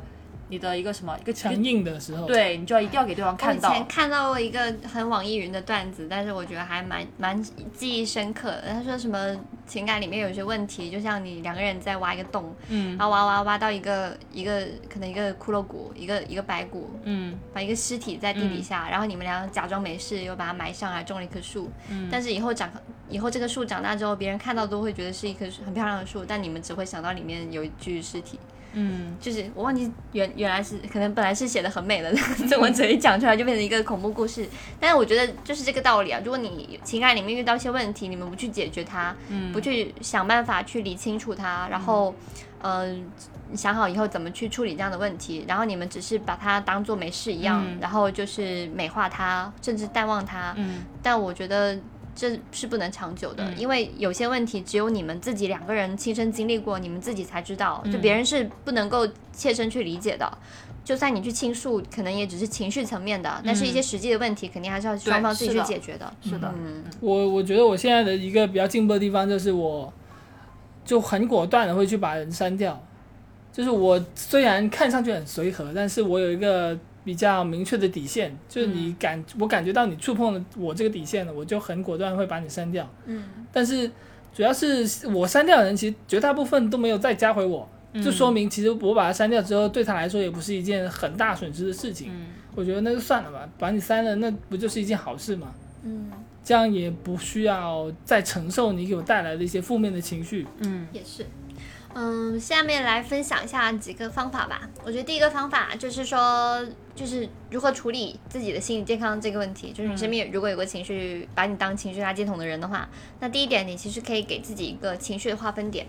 你的一个什么一个
强硬的时候，，
对你就要一定要给对方
我
看
以
到。
前看到过一个很网易云的段子，但是我觉得还蛮蛮记忆深刻的。他说什么情感里面有一些问题，就像你两个人在挖一个洞，
嗯
然后挖挖挖到一个一个可能一个骷髅骨，一个一个白骨，
嗯
把一个尸体在地底下，然后你们俩假装没事，又把它埋上来，种了一棵树。
嗯
但是以后长，以后这个树长大之后，别人看到都会觉得是一棵很漂亮的树，但你们只会想到里面有一具尸体。
嗯，
就是我忘记原原来是可能本来是写的很美的， 这文字一讲出来就变成一个恐怖故事。但是我觉得就是这个道理啊，如果你情感里面遇到一些问题，你们不去解决它，
嗯
不去想办法去理清楚它，然后，嗯、你想好以后怎么去处理这样的问题，然后你们只是把它当做没事一样，
嗯
然后就是美化它，甚至淡忘它。
嗯
但我觉得这是不能长久的，
嗯
因为有些问题只有你们自己两个人亲身经历过，你们自己才知道，
嗯
就别人是不能够切身去理解的。就算你去倾诉，可能也只是情绪层面的，但是一些实际的问题，肯定还是要双方自己
嗯是
去
的
解决的。
是的，
嗯，
我我觉得我现在的一个比较进步的地方就是我，就很果断的会去把人删掉。就是我虽然看上去很随和，但是我有一个比较明确的底线，就是你感、我感觉到你触碰了我这个底线了，我就很果断会把你删掉。嗯，但是主要是我删掉的人，其实绝大部分都没有再加回我，
嗯
就说明其实我把他删掉之后，对他来说也不是一件很大损失的事情。
嗯
我觉得那就算了吧，把你删了，那不就是一件好事吗？嗯，这样也不需要再承受你给我带来的一些负面的情绪。
嗯
也是。嗯，下面来分享一下几个方法吧。我觉得第一个方法就是说，就是如何处理自己的心理健康这个问题。就是你身边如果有个情绪把你当情绪垃圾桶的人的话，那第一点，你其实可以给自己一个情绪的划分点。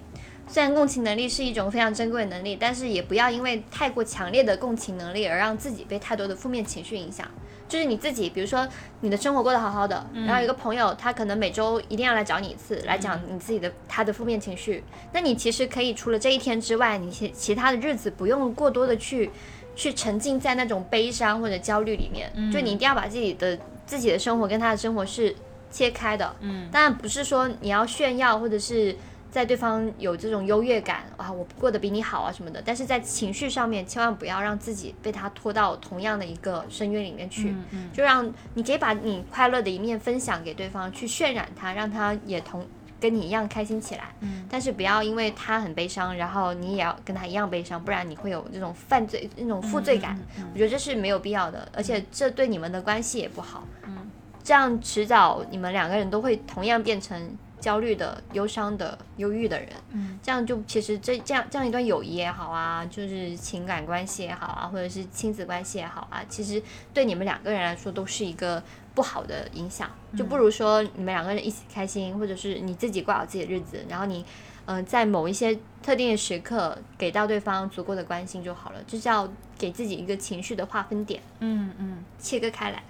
虽然共情能力是一种非常珍贵的能力，但是也不要因为太过强烈的共情能力而让自己被太多的负面情绪影响。就是你自己，比如说你的生活过得好好的，然后有一个朋友，他可能每周一定要来找你一次，来讲你自己的他的负面情绪。那你其实可以除了这一天之外，你其其他的日子不用过多的去去沉浸在那种悲伤或者焦虑里面，就你一定要把自己的自己的生活跟他的生活是切开的。
嗯
当然不是说你要炫耀或者是在对方有这种优越感啊，我过得比你好啊什么的，但是在情绪上面千万不要让自己被他拖到同样的一个深渊里面去。
嗯嗯
就让你可以把你快乐的一面分享给对方，去渲染他，让他也同跟你一样开心起来。
嗯，
但是不要因为他很悲伤，然后你也要跟他一样悲伤，不然你会有这种犯罪、那种负罪感。
嗯
我觉得这是没有必要的，而且这对你们的关系也不好。嗯，这样迟早你们两个人都会同样变成焦虑的、忧伤的、忧郁的人。
嗯，
这样就其实这这样这样一段友谊也好啊，就是情感关系也好啊，或者是亲子关系也好啊，其实对你们两个人来说都是一个不好的
嗯
影响。就不如说你们两个人一起开心，或者是你自己过好自己的日子，然后你。嗯、在某一些特定的时刻给到对方足够的关心就好了，这叫给自己一个情绪的划分点，
嗯嗯，
切割开来。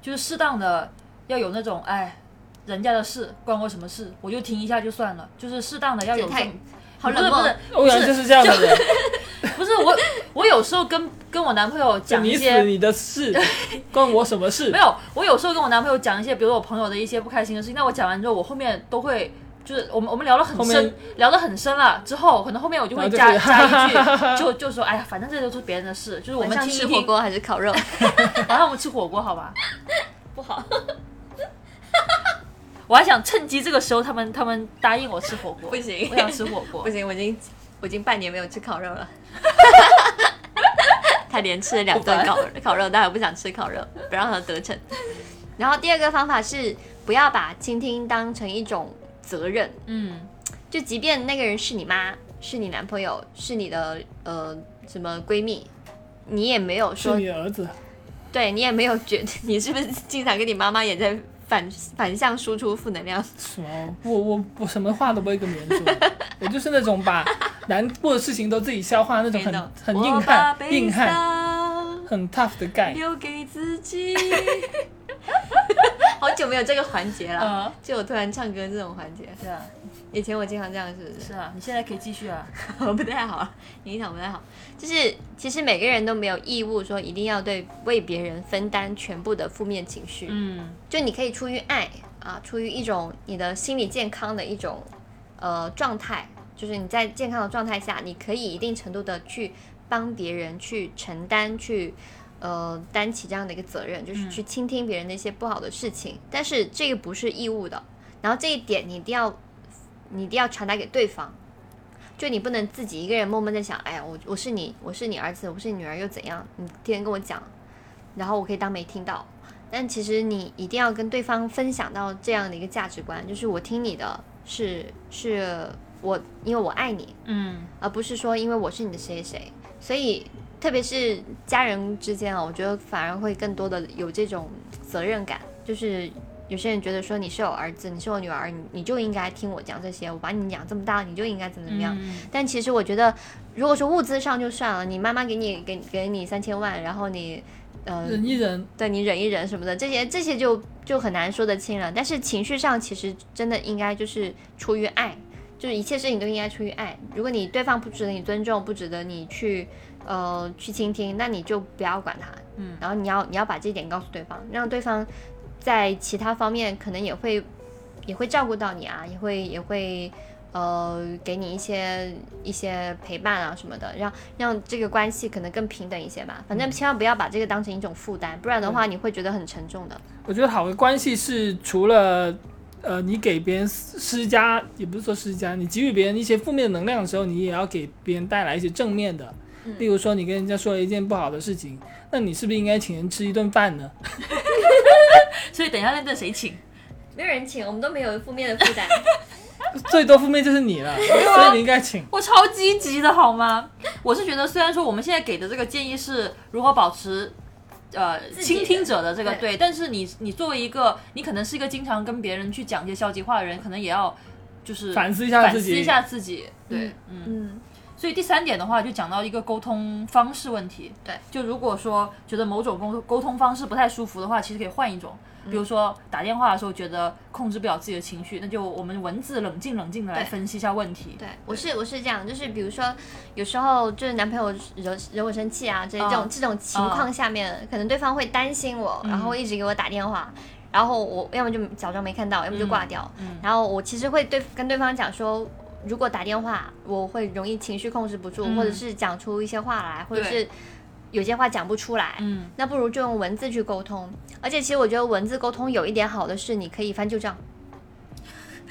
就是适当的要有那种哎，人家的事关我什么事，我就听一下就算了，就是适当的要有
这也太
这种
好
不是
冷
不
漠
是
欧阳就是这样的人，
不是我，我有时候跟跟我男朋友
就
讲一
你
些
死你的事， 关我什么事
没？有，我有时候跟我男朋友讲一些，比如我朋友的一些不开心的事情，那我讲完之后，我后面都会。就是我们我们聊得很
后面
深，聊得很深了之后，可能后面我就会
然后就
加
是
加一 句，就就说哎呀，反正这都是别人的事，就是我
晚
们
上
听一
吃火
听，
锅还是烤肉？
晚上我们吃火锅好吧？
不好，
我还想趁机这个时候他们他们答应我吃火锅，
不行
我想吃火锅
不，行，我已经我已经半年没有吃烤肉了。 他连吃了两顿烤烤肉，但我不想吃烤肉，不让他得逞。然后第二个方法是不要把倾听当成一种责任，
嗯，
就即便那个人是你妈、是你男朋友、是你的呃什么闺蜜，你也没有
是
说
你儿子，
对你也没有觉得 你是不是经常跟你妈妈也在反反向输出负能量？
什么？我我我什么话都不会跟别人说， 我就是那种把难过的事情都自己消化那种
天
很
哪
很硬
我把
汉
悲
硬汉
伤
很 tough 的 guy。
留给自 己。
好久没有这个环节了，
嗯
就我突然唱歌这种环节，
是啊，
以前我经常这样，是不
是啊，你现在可以继续啊。
是？不太好，啊影响不太好。就是其实每个人都没有义务说一定要对为别人分担全部的负面情绪，
嗯
就你可以出于爱啊，出于一种你的心理健康的一种呃状态，就是你在健康的状态下，你可以一定程度的去帮别人去承担去。呃，担起这样的一个责任，就是去倾听别人的一些不好的事情，但是这个不是义务的。然后这一点你一定要，你一定要传达给对方，就你不能自己一个人默默在想，哎呀，我我是你，我是你儿子，我是你女儿又怎样？你天天跟我讲，然后我可以当没听到，但其实你一定要跟对方分享到这样的一个价值观，就是我听你的是是我因为我爱你，
嗯
而不是说因为我是你的谁谁谁。所以特别是家人之间啊，我觉得反而会更多的有这种责任感，就是。有些人觉得说你是我儿子，你是我女儿，你你就应该听我讲这些，我把你养这么大，你就应该怎么怎么样。
嗯
但其实我觉得，如果说物资上就算了，你妈妈给你给给你三千万，然后你，呃，
忍一忍，
对你忍一忍什么的，这些这些就就很难说得清了。但是情绪上其实真的应该就是出于爱，就是一切事情都应该出于爱。如果你对方不值得你尊重，不值得你去呃去倾听，那你就不要管他，
嗯
然后你要你要把这一点告诉对方，让对方在其他方面可能也会也会照顾到你啊，也会也会。呃，给你一些一些陪伴啊什么的，让让这个关系可能更平等一些吧。反正千万不要把这个当成一种负担，不然的话你会觉得很沉重的。
我觉得好的关系是除了呃，你给别人施加，也不是说施加，你给予别人一些负面能量的时候，你也要给别人带来一些正面的。
嗯
例如说，你跟人家说了一件不好的事情，那你是不是应该请人吃一顿 饭呢？
所以等一下那顿谁请？
没有人请，我们都没有负面的负担。
最多负面就是你了，所以你应该请。
我超积极的好吗？我是觉得，虽然说我们现在给的这个建议是如何保持。呃，
己的
倾听者的这个
对
对，但是你你作为一个，你可能是一个经常跟别人去讲一些消极话的人，可能也要就是
反思一下
反
自己
思一下自己。对，嗯
嗯，
所以第三点的话，就讲到一个沟通方式问题。
对，
就如果说觉得某种沟沟通方式不太舒服的话，其实可以换一种，比如
嗯
说打电话的时候觉得控制不了自己的情绪，那就我们文字冷静冷静的来
对
分析一下问题。
对，我是我是这样，就是比如说有时候就是男朋友惹惹我生气啊，这这种、
嗯
这种情况下面，可能对方会担心我，然后一直给我打电话。然后我要么就假装没看到，要么就挂掉。
嗯
然后我其实会对跟对方讲说，如果打电话，我会容易情绪控制不住，
嗯
或者是讲出一些话来，或者
对
是有些话讲不出来。
嗯，
那不如就用文字去沟通。而且其实我觉得文字沟通有一点好的是，你可以翻旧账，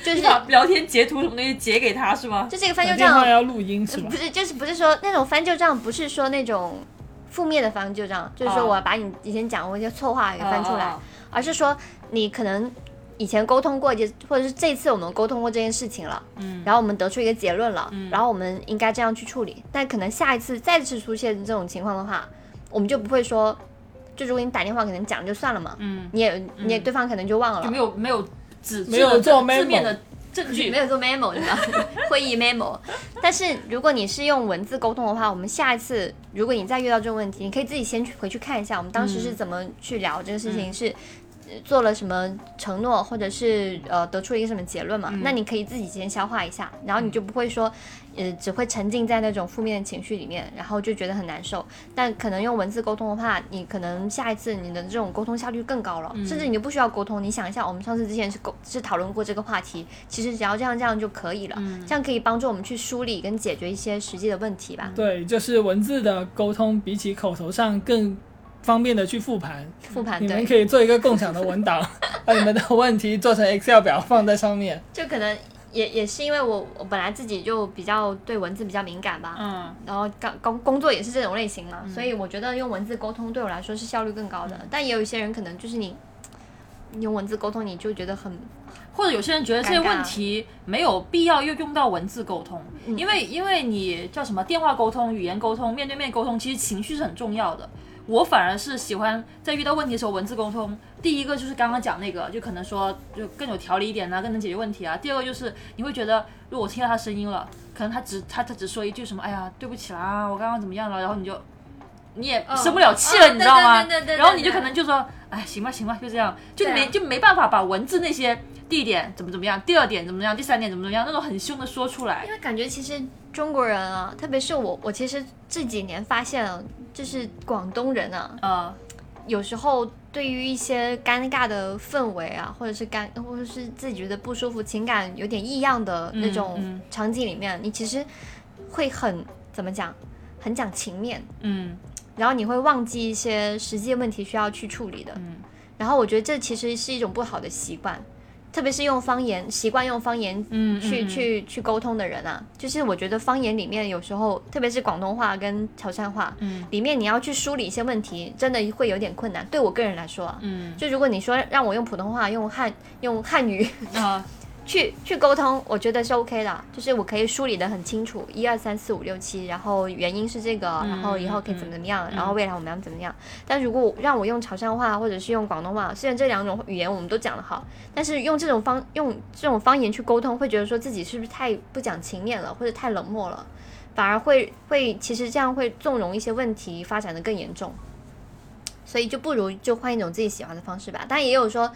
就
你
是
把聊天截图什么东西截给他是吗？
就这个翻旧
打电话
账，
要录音是 吧
不？是就是不是说那种翻旧账，不是说那种负面的翻旧账，就是说
哦
我把你以前讲过一些错话给翻出来，
哦，
而是说你可能。以前沟通过一些，或者是这次我们沟通过这件事情了，
嗯
然后我们得出一个结论了，
嗯
然后我们应该这样去处理。但可能下一次再次出现这种情况的话，我们就不会说，就如果你打电话可能讲就算了嘛，
嗯，
你也你也对方可能就忘了，
就没有没有指
没有
字
做
字面
memo
的证据
没有做 memo，你知道吗， 会议 memo。但是如果你是用文字沟通的话，我们下一次如果你再遇到这个问题，你可以自己先去回去看一下我们当时是怎么去聊这个事情，是呃做了什么承诺，或者是呃得出了一个什么结论
嗯
嘛？那你可以自己先消化一下，然后你就不会说，呃，只会沉浸在那种负面的情绪里面，然后就觉得很难受。但可能用文字沟通的话，你可能下一次你的这种沟通效率更高了，
嗯
甚至你就不需要沟通。你想一下，我们上次之前是沟是讨论过这个话题，其实只要这样这样就可以了，
嗯
这样可以帮助我们去梳理跟解决一些实际的问题吧。
对，就是文字的沟通比起口头上更方便的去复盘。
复盘
你们
对，
可以做一个共享的 文档，把你们的问题做成 Excel 表放在上面。
就可能也也是因为我我本来自己就比较对文字比较敏感吧，
嗯，
然后刚工工作也是这种类型嘛，所以我觉得用文字沟通对我来说是效率更高的。
嗯
但也有一些人可能就是你。你用文字沟通，你就觉得很
或者有些人觉得这些
尴尬
问题没有必要又用到文字沟通，
嗯
因为因为你叫什么电话沟通、语言沟通、面对面沟通，其实情绪是很重要的。我反而是喜欢在遇到问题的时候文字沟通。第一个就是刚刚讲那个，就可能说就更有条理一点啊，更能解决问题啊。第二个就是你会觉得，如果我听到他声音了，可能他只他他只说一句什么，哎呀，对不起啦，我刚刚怎么样了，然后你就你也生不了气了，
哦
你知道吗？
对对对对对
然后你就
对
可能就说，哎，行吧行吧，就这样，就
对啊
没、就没办法把文字那些第一点怎么怎么样，第二点怎么怎么样，第三点怎么怎么样那种很凶的说出来
因。为感觉其实中国人啊，特别是我，我其实这几年发现啊，就是广东人啊，
呃，
有时候对于一些尴尬的氛围啊，或者是尴，或者是自己觉得不舒服、情感有点异样的那
嗯
种
嗯
场景里面，你其实会很怎么讲，很讲情面，
嗯
然后你会忘记一些实际问题需要去处理的。
嗯，
然后我觉得这其实是一种不好的习惯，特别是用方言，习惯用方言
嗯
去
嗯
去去沟通的人啊，就是我觉得方言里面有时候，特别是广东话跟潮汕话，
嗯，
里面你要去梳理一些问题，真的会有点困难。对我个人来说啊，
嗯
就如果你说让我用普通话、用汉、用汉语
啊、
去去沟通，我觉得是 OK 的，就是我可以梳理的很清楚，一二三四五六七，然后原因是这个，然后以后可以怎么怎么样，然后未来我们要怎么样。但如果让我用潮汕话或者是用广东话，虽然这两种语言我们都讲得好，但是用这种方用这种方言去沟通，会觉得说自己是不是太不讲情面了，或者太冷漠了，反而会会其实这样会纵容一些问题发展的更严重。所以就不如就换一种自己喜欢的方式吧。但也有说，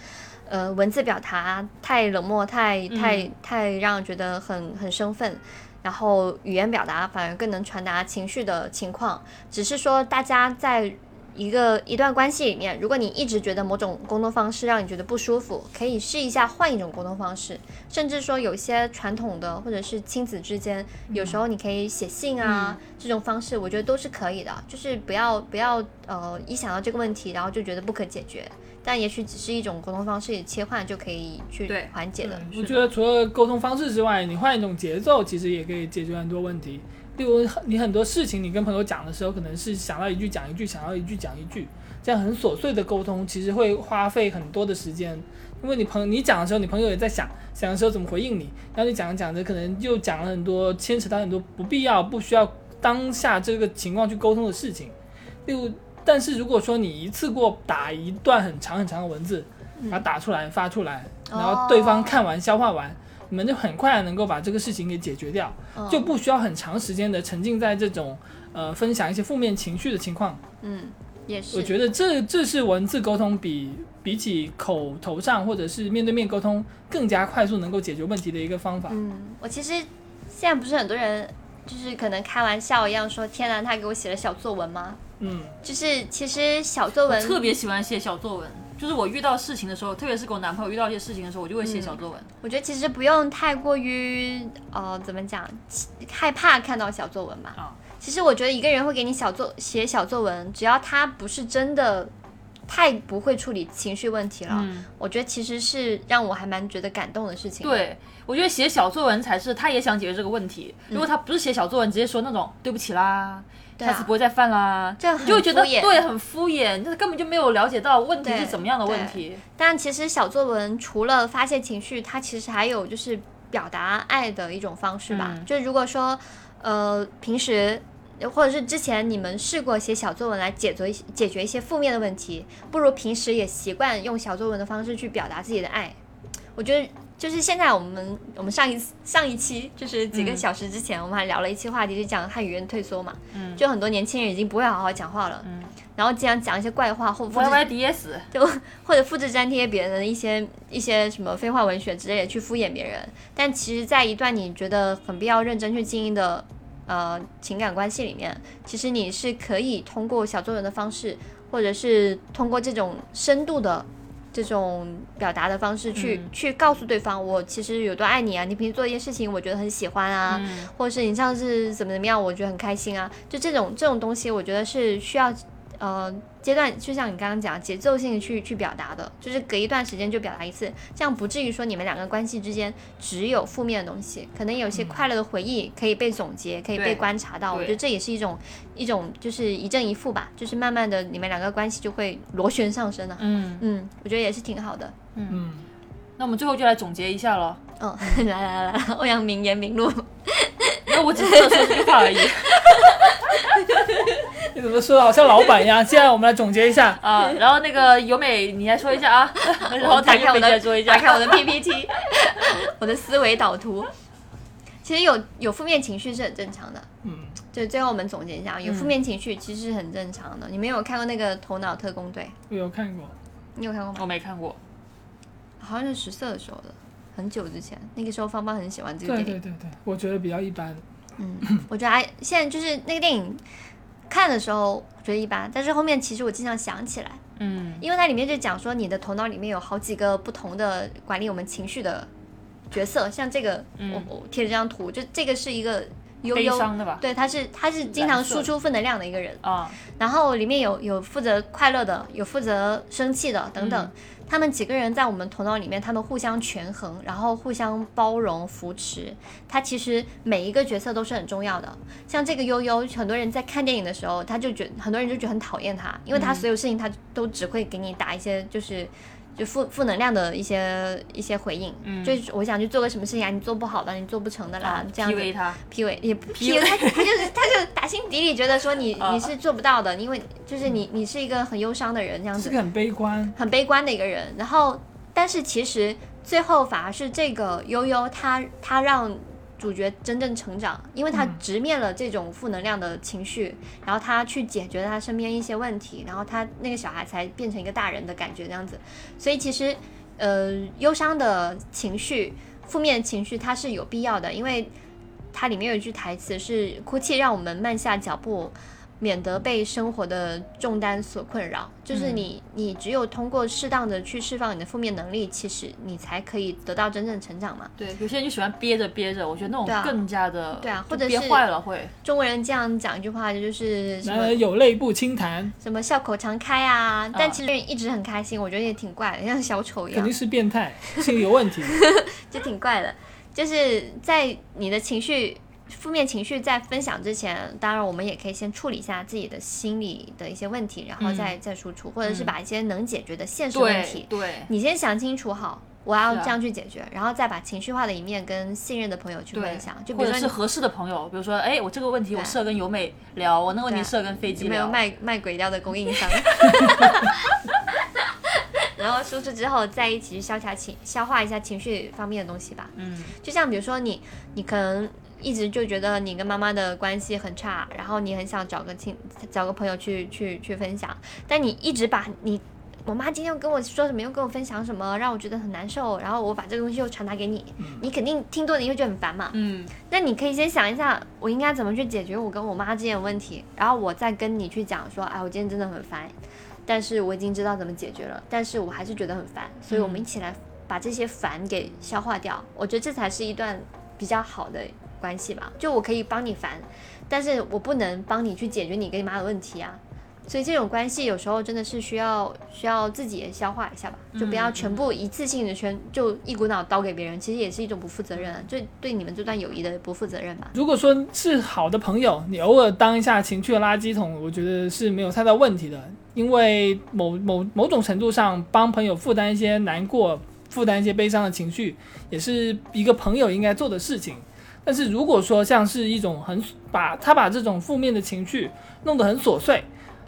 呃，文字表达太冷漠，太太太让人觉得很很生分。然后语言表达反而更能传达情绪的情况，只是说大家在一个一段关系里面，如果你一直觉得某种沟通方式让你觉得不舒服，可以试一下换一种沟通方式，甚至说有一些传统的或者是亲子之间，有时候你可以写信啊、
嗯
这种方式，我觉得都是可以的，就是不要不要呃一想到这个问题，然后就觉得不可解决，但也许只是一种沟通方式切换就可以去
对
缓解的。
我觉得除了沟通方式之外，你换一种节奏，其实也可以解决很多问题。例如，你很多事情你跟朋友讲的时候，可能是想到一句讲一句，想到一句讲一句，这样很琐碎的沟通，其实会花费很多的时间。因为你朋你讲的时候，你朋友也在想想的时候怎么回应你，然后你讲着讲着，可能又讲了很多牵扯到很多不必要、不需要当下这个情况去沟通的事情。例如，但是如果说你一次过打一段很长很长的文字，把它打出来发出来，然后对方看完消化完，你们就很快能够把这个事情给解决掉，
哦嗯
就不需要很长时间的沉浸在这种呃分享一些负面情绪的情况。
嗯，也是。
我觉得这这是文字沟通比比起口头上或者是面对面沟通更加快速能够解决问题的一个方法。
嗯，我其实现在不是很多人就是可能开玩笑一样说，天呐，他给我写了小作文吗？
嗯，
就是其实小作文
特别喜欢写小作文，就是我遇到事情的时候，特别是跟我男朋友遇到一些事情的时候，我就会写小作文。
我觉得其实不用太过于呃，怎么讲，害怕看到小作文吧。
啊
其实我觉得一个人会给你小作写小作文，只要他不是真的太不会处理情绪问题了，
啊
我觉得其实是让我还蛮觉得感动的事情。，
嗯对，我觉得写小作文才是他也想解决这个问题。如果他不是写小作文，直接说那种对不起啦，
对啊
下次不会再犯啦，
这
你就会
很
觉得
敷衍
对很敷衍，他根本就没有了解到问题
对
是怎么样的问
对
题。
但其实小作文除了发泄情绪，它其实还有就是表达爱的一种方式吧。
嗯
就如果说，呃，平时或者是之前你们试过写小作文来解决一些解决一些负面的问题，不如平时也习惯用小作文的方式去表达自己的爱。我觉得就是现在我们我们上一次上一期就是几个小时之前，我们还聊了一期话题，是讲汉语言退缩嘛，
嗯
就很多年轻人已经不会好好讲话了，
嗯
然后经常讲一些怪话或复
，Y
制
Y D S，
就或者复制粘贴别人的一些一些什么非话文学之类的去敷衍别人，但其实，在一段你觉得很必要认真去经营的呃情感关系里面，其实你是可以通过小作文的方式，或者是通过这种深度的这种表达的方式去、
嗯
去告诉对方，我其实有多爱你啊，你平时做一些事情，我觉得很喜欢啊，
嗯
或者是你上次怎么怎么样，我觉得很开心啊。就这种这种东西，我觉得是需要呃阶段，就像你刚刚讲节奏性地去去表达的，就是隔一段时间就表达一次，这样不至于说你们两个关系之间只有负面的东西，可能有些快乐的回忆可以被总结，可以
对
被观察到。我
对
觉得这也是一种一种就是一正一负吧，就是慢慢的你们两个关系就会螺旋上升了、
嗯，
嗯，我觉得也是挺好的。
嗯，
那我们最后就来总结一下了。
嗯， 来来来来，欧阳名言名录，
那我只说了这句话 而已
你怎么说的好像老板一样？现在我们来总结一下，
啊。然后那个由美，你来说一下 啊。然后
打
谭
开
又
我
美
的
再说一
打
下。
开我的 PPT，我的思维导图。其实有有负面情绪是很正常的，
嗯，
就最后我们总结一下，有负面情绪其实是很正常的。你们有看过那个《头脑特工队》？
我有看过，
你有看过吗？
我没看过，
好像是十色的时候的，很久之前。那个时候芳芳很喜欢这个
对
电影，
对对对，我觉得比较一般，
我觉得还现在就是那个电影看的时候我觉得一般，但是后面其实我经常想起来，
嗯，
因为它里面就讲说你的头脑里面有好几个不同的管理我们情绪的角色，像这个，
嗯
我我贴了这张图，就这个是一个悠
悲
悠，
伤的吧？
对，他是他是经常
蓝色
输
的
出负能量的一个人，
啊，
然后里面有有负责快乐的，有负责生气的等等，
嗯
他们几个人在我们头脑里面，他们互相权衡，然后互相包容扶持。他其实每一个角色都是很重要的。像这个悠悠，很多人在看电影的时候，他就觉很多人就觉得很讨厌
嗯
他，因为他所有事情他都只会给你打一些就是。就负负能量的一些一些回应，
嗯
就是我想去做个什么事情啊，你做不好的，你做不成的啦，
啊
这样子
PUA 他，
PUA 也不 PUA，
PUA
他他就是他就打心底里觉得说你
啊
你是做不到的，因为就是你你是一个很忧伤的人，这样
是
子
个很悲观，
很悲观的一个人。然后，但是其实最后反而是这个悠悠他他让主角真正成长，因为他
嗯
直面了这种负能量的情绪，然后他去解决他身边一些问题，然后他那个小孩才变成一个大人的感觉这样子。所以其实，呃，忧伤的情绪、负面情绪它是有必要的，因为它里面有一句台词是“哭泣让我们慢下脚步”。免得被生活的重担所困扰，就是你，你只有通过适当的去释放你的负面能力，其实你才可以得到真正成长嘛。
对，有些人就喜欢憋着憋着，我觉得那
对
种
啊
更加的，
对啊
就
或者
憋
是
坏了会，
中国人这样讲一句话，就是什
男
么
人有泪不轻弹，
什么笑口常开啊，但其实一直很开心，我觉得也挺怪的，像小丑一
肯
样
定，是变态，心理有问题，
就挺怪的。就是在你的情绪负面情绪在分享之前，当然我们也可以先处理一下自己的心理的一些问题，然后再、再输出，或者是把一些能解决的现实问
嗯对
题，
对
你先想清楚好。我要
是啊
这样去解决，然后再把情绪化的一面跟信任的朋友去
对
分享，，就比如
或者
说
是
你
合适的朋友，比如说，哎，我这个问题我
对啊
适合跟由美聊，我那个问题
对啊
适合跟飞机
有没有
聊，
卖卖鬼掉的供应商？然后输出之后，在一起去消化情消化一下情绪方面的东西吧。
嗯
就像比如说你，你可能一直就觉得你跟妈妈的关系很差，然后你很想找个亲找个朋友去去去分享，但你一直把你我妈今天又跟我说什么，又跟我分享什么，让我觉得很难受，然后我把这个东西又传达给你，你肯定听多了你会觉得很烦嘛。
嗯，
那你可以先想一下，我应该怎么去解决我跟我妈之间的问题，然后我再跟你去讲说，哎，我今天真的很烦，但是我已经知道怎么解决了，但是我还是觉得很烦，所以我们一起来把这些烦给消化掉。我觉得这才是一段比较好的关系吧。就我可以帮你烦，但是我不能帮你去解决你跟你妈的问题啊。所以这种关系有时候真的是需要需要自己也消化一下吧，就不要全部一次性的全就一股脑刀给别人，其实也是一种不负责任，就对你们这段友谊的不负责任吧。
如果说是好的朋友，你偶尔当一下情绪的垃圾桶，我觉得是没有太大问题的，因为某某某种程度上帮朋友负担一些难过、负担一些悲伤的情绪，也是一个朋友应该做的事情。但是如果说像是一种很把他把这种负面的情绪弄得很琐碎，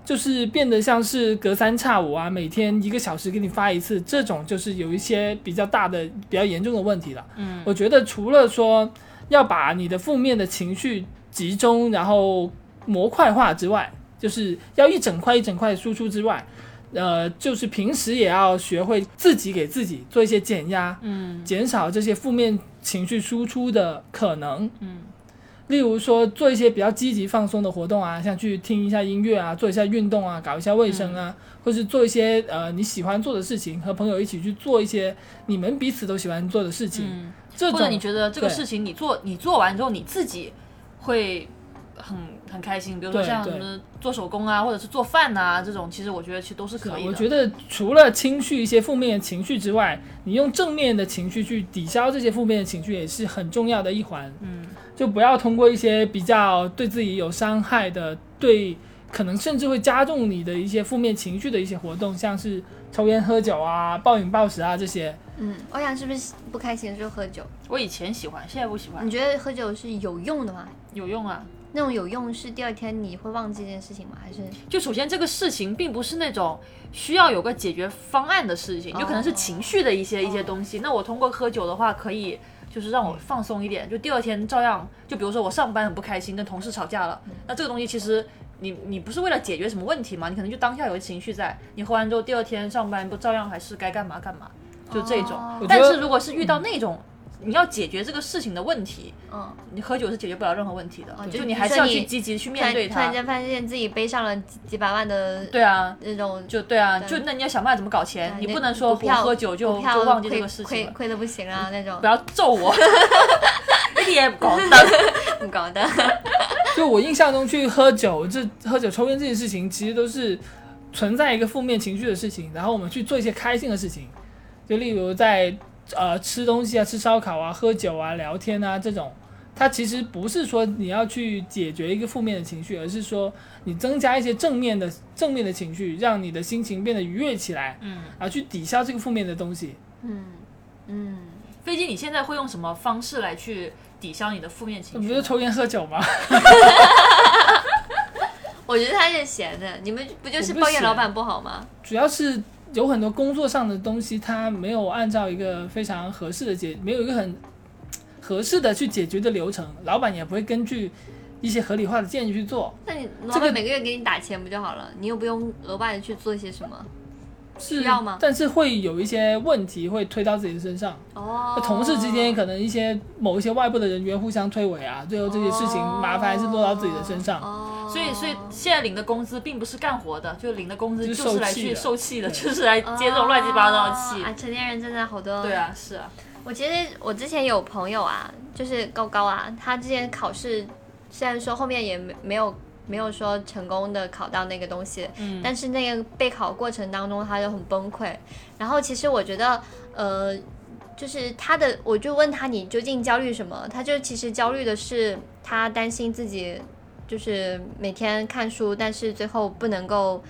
就是变得像是隔三差五啊，每天一个小时给你发一次，这种就是有一些比较大的、比较严重的问题了。
嗯，
我觉得除了说要把你的负面的情绪集中，然后模块化之外，就是要一整块一整块输出之外，呃，就是平时也要学会自己给自己做一些减压，
嗯
减少这些负面情绪输出的可能。
嗯
例如说做一些比较积极放松的活动啊，像去听一下音乐啊，做一下运动啊，搞一下卫生啊，
嗯
或是做一些呃你喜欢做的事情，和朋友一起去做一些你们彼此都喜欢做的事情。
嗯，
这
或者
种
你觉得这个
对
事情你做你做完之后你自己会很很开心，比如说
对
像什
对
么做手工啊，或者是做饭呐、这种，其实我觉得其实都是可以的。
啊我觉得除了清去一些负面的情绪之外，你用正面的情绪去抵消这些负面的情绪也是很重要的一环。
嗯，
就不要通过一些比较对自己有伤害的，对可能甚至会加重你的一些负面情绪的一些活动，像是抽烟、喝酒啊、暴饮暴食啊这些。
嗯，欧阳是不是不开心的时候喝酒？
我以前喜欢，现在不喜欢
你，觉得喝酒是有用的吗？
有用啊。
那种有用是第二天你会忘记这件事情吗？还是
就首先这个事情并不是那种需要有个解决方案的事
哦
情，就可能是情绪的一些、一些东西。那我通过喝酒的话，可以就是让我放松一点，就第二天照样，就比如说我上班很不开心，跟同事吵架了，
嗯
那这个东西其实。你你不是为了解决什么问题嘛？你可能就当下有个情绪在，你喝完之后第二天上班不照样还是该干嘛干嘛，就这种。
哦
但
我觉
是
得
如果是遇到那种、你要解决这个事情的问题，
嗯，
你喝酒是解决不了任何问题的，
哦就
就是你
比如
还是
说
要
你
去积极去
突
面
然
对
突然
它。
间发现自己背上了几几百万的
对啊，
那种
就对啊，
对
就那你要想办法怎么搞
啊
钱，你
那
不能
股
说我
票
喝酒就
股票
就忘记
亏
这个事情
亏
了，
亏的不行啊那种
不，要揍 我，一脸搞的。
不 搞的。
就我印象中，去喝酒这喝酒抽烟这件事情，其实都是存在一个负面情绪的事情，然后我们去做一些开心的事情，就例如在呃吃东西啊、吃烧烤啊、喝酒啊、聊天啊这种。它其实不是说你要去解决一个负面的情绪，而是说你增加一些正面的正面的情绪，让你的心情变得愉悦起来，
嗯，
然后去抵消这个负面的东西。
嗯嗯，
飞机，你现在会用什么方式来去抵消你的负面
那
情
不
绪
就
呢？
抽烟喝酒吗？
我觉得他是闲的，你们不就是
我不
抱怨
闲
老板不好吗？
主要是有很多工作上的东西，它没有按照一个非常合适的解，没有一个很合适的去解决的流程，老板也不会根据一些合理化的建议去做，
那你老
这个
板每个月给你打钱不就好了？你又不用额外的去做些什么。
是
需要吗
但是会有一些问题会推到自己的身上，
哦，
同事之间可能一些某一些外部的人员互相推诿啊，最后这些事情麻烦还是落到自己的身上。
哦，
所以，所以现在领的工资并不是干活的，就领的工资
就是
就是来
受气
去
的
受气的，
对
就是来接这种乱七八糟的气
哦。啊！成年人真的好多。
对，啊，是啊，
我其实我之前有朋友啊，就是高高啊，他之前考试虽然说后面也没没有没有说成功的考到那个东西，
嗯
但是那个备考过程当中他就很崩溃。然后其实我觉得，呃，就是他的，我就问他你究竟焦虑什么？他就其实焦虑的是他担心自己就是每天看书，但是最后不能够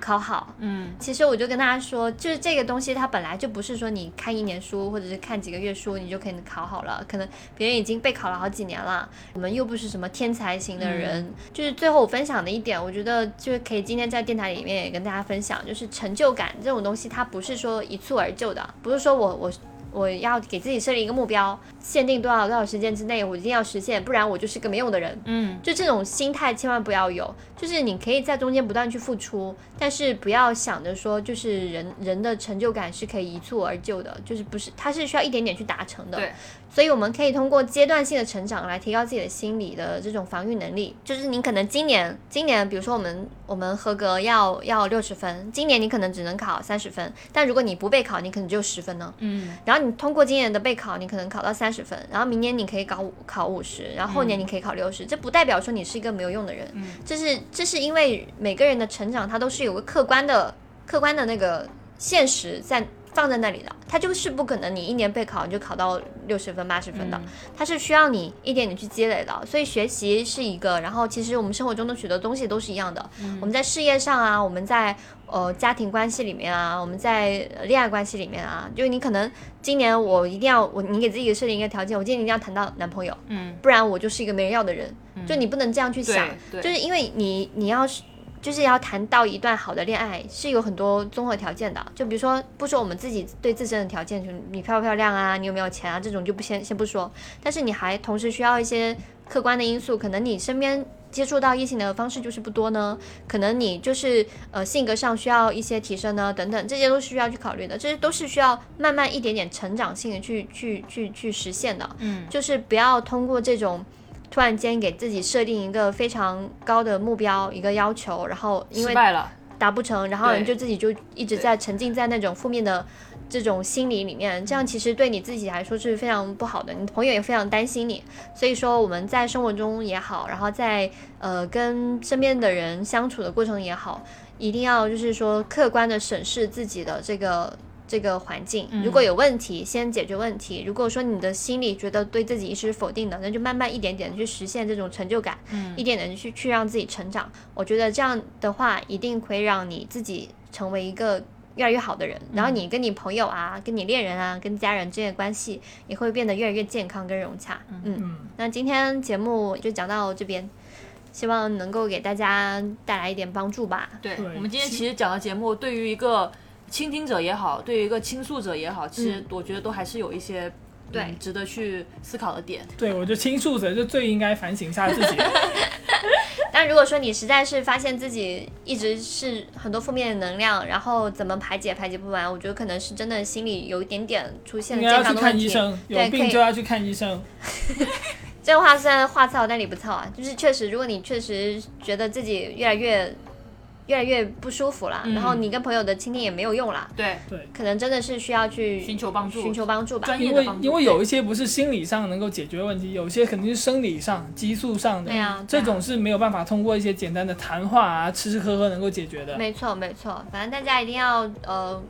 考好。
嗯
其实我就跟大家说，就是这个东西，它本来就不是说你看一年书或者是看几个月书，你就可以考好了。可能别人已经备考了好几年了，我们又不是什么天才型的人。就是最后我分享的一点，我觉得就是可以今天在电台里面也跟大家分享，就是成就感这种东西，它不是说一蹴而就的，不是说我我。我要给自己设立一个目标，限定多少多少时间之内，我一定要实现，不然我就是个没用的人。
嗯
就这种心态千万不要有，就是你可以在中间不断去付出，但是不要想着说就是人人的成就感是可以一蹴而就的，就是不是它是需要一点点去达成的。
对，
所以我们可以通过阶段性的成长来提高自己的心理的这种防御能力。就是你可能今年今年，比如说我们我们合格要要六十分，今年你可能只能考三十分，但如果你不备考，你可能只有十分呢。
嗯，
然后你通过今年的备考，你可能考到三十分，然后明年你可以考五考五十，然后后年你可以考六十、这不代表说你是一个没有用的人，
嗯
这是这是因为每个人的成长，他都是有个客观的客观的那个现实在放在那里的，他就是不可能你一年备考你就考到六十分八十分的，
嗯
它是需要你一点点去积累的，所以学习是一个，然后其实我们生活中的许多东西都是一样的，
嗯
我们在事业上啊，我们在呃家庭关系里面啊，我们在呃恋爱关系里面啊，就是你可能今年我一定要我你给自己设定一个条件，我今年一定要谈到男朋友，
嗯，
不然我就是一个没人要的人，就你不能这样去想
对，对
就是因为你你要是就是要谈到一段好的恋爱是有很多综合条件的，就比如说不说我们自己对自身的条件，就你漂不漂亮啊，你有没有钱啊，这种就不先先不说，但是你还同时需要一些客观的因素，可能你身边接触到异性的方式就是不多呢，可能你就是呃性格上需要一些提升呢，等等，这些都是需要去考虑的，这些都是需要慢慢一点点成长性的去去去去实现的，
嗯，
就是不要通过这种突然间给自己设定一个非常高的目标、一个要求，然后因
失
为
败了，
达不成，然后
对
人就自己就一直在沉浸在那种负面的这种心理里面，这样其实对你自己来说是非常不好的，你朋友也非常担心你。所以说我们在生活中也好，然后在呃跟身边的人相处的过程也好，一定要就是说客观的审视自己的这个。这个环境
嗯
如果有问题，先解决问题。如果说你的心里觉得对自己一直否定的，那就慢慢一点点地去实现这种成就感。
嗯
一点点地去去让自己成长。我觉得这样的话，一定会让你自己成为一个越来越好的人。然
嗯
后你跟你朋友啊、跟你恋人啊、跟家人之间的关系也会变得越来越健康跟融洽。嗯，
嗯，
那今天节目就讲到这边，希望能够给大家带来一点帮助吧。
对，
对
我们今天其实讲的节目，对于一个倾听者也好，对于一个倾诉者也好，其实我觉得都还是有一些
对
嗯值得去思考的点。
对，我就倾诉者就最应该反省一 下自己。
但如果说你实在是发现自己一直是很多负面的能量，然后怎么排解排解不完，我觉得可能是真的心里有一点点出现
应
了
该要
健
去
康的
看
问
医
题。
生，有
对可
病
以
就要去看医生。
这话虽然话糙，但理不糙啊。就是确实，如果你确实觉得自己越来越越来越不舒服啦，
嗯
然后你跟朋友的倾听也没有用啦，
对，
可能真的是需要去
寻求帮助
寻求帮助吧
专。业
因
的
为
帮助。
因为有一些不是心理上能够解决的问题，有些肯定是生理上、激素上的，
对啊对啊
这种是没有办法通过一些简单的谈话啊、吃吃喝喝能够解决的。
没错，没错，反正大家一定要呃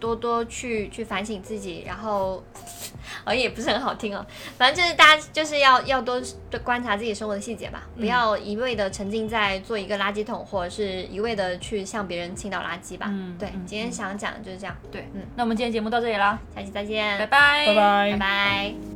多多去去反省自己，然后好像也不是很好听哦。反正就是大家就是要要多多观察自己生活的细节吧，
嗯
不要一味的沉浸在做一个垃圾桶，或者是一味的去向别人倾倒垃圾吧。
嗯
对，
嗯
今天想讲的就是这样，
对，
嗯
那我们今天节目到这里啦，
下期再见，
拜拜，
拜拜
拜拜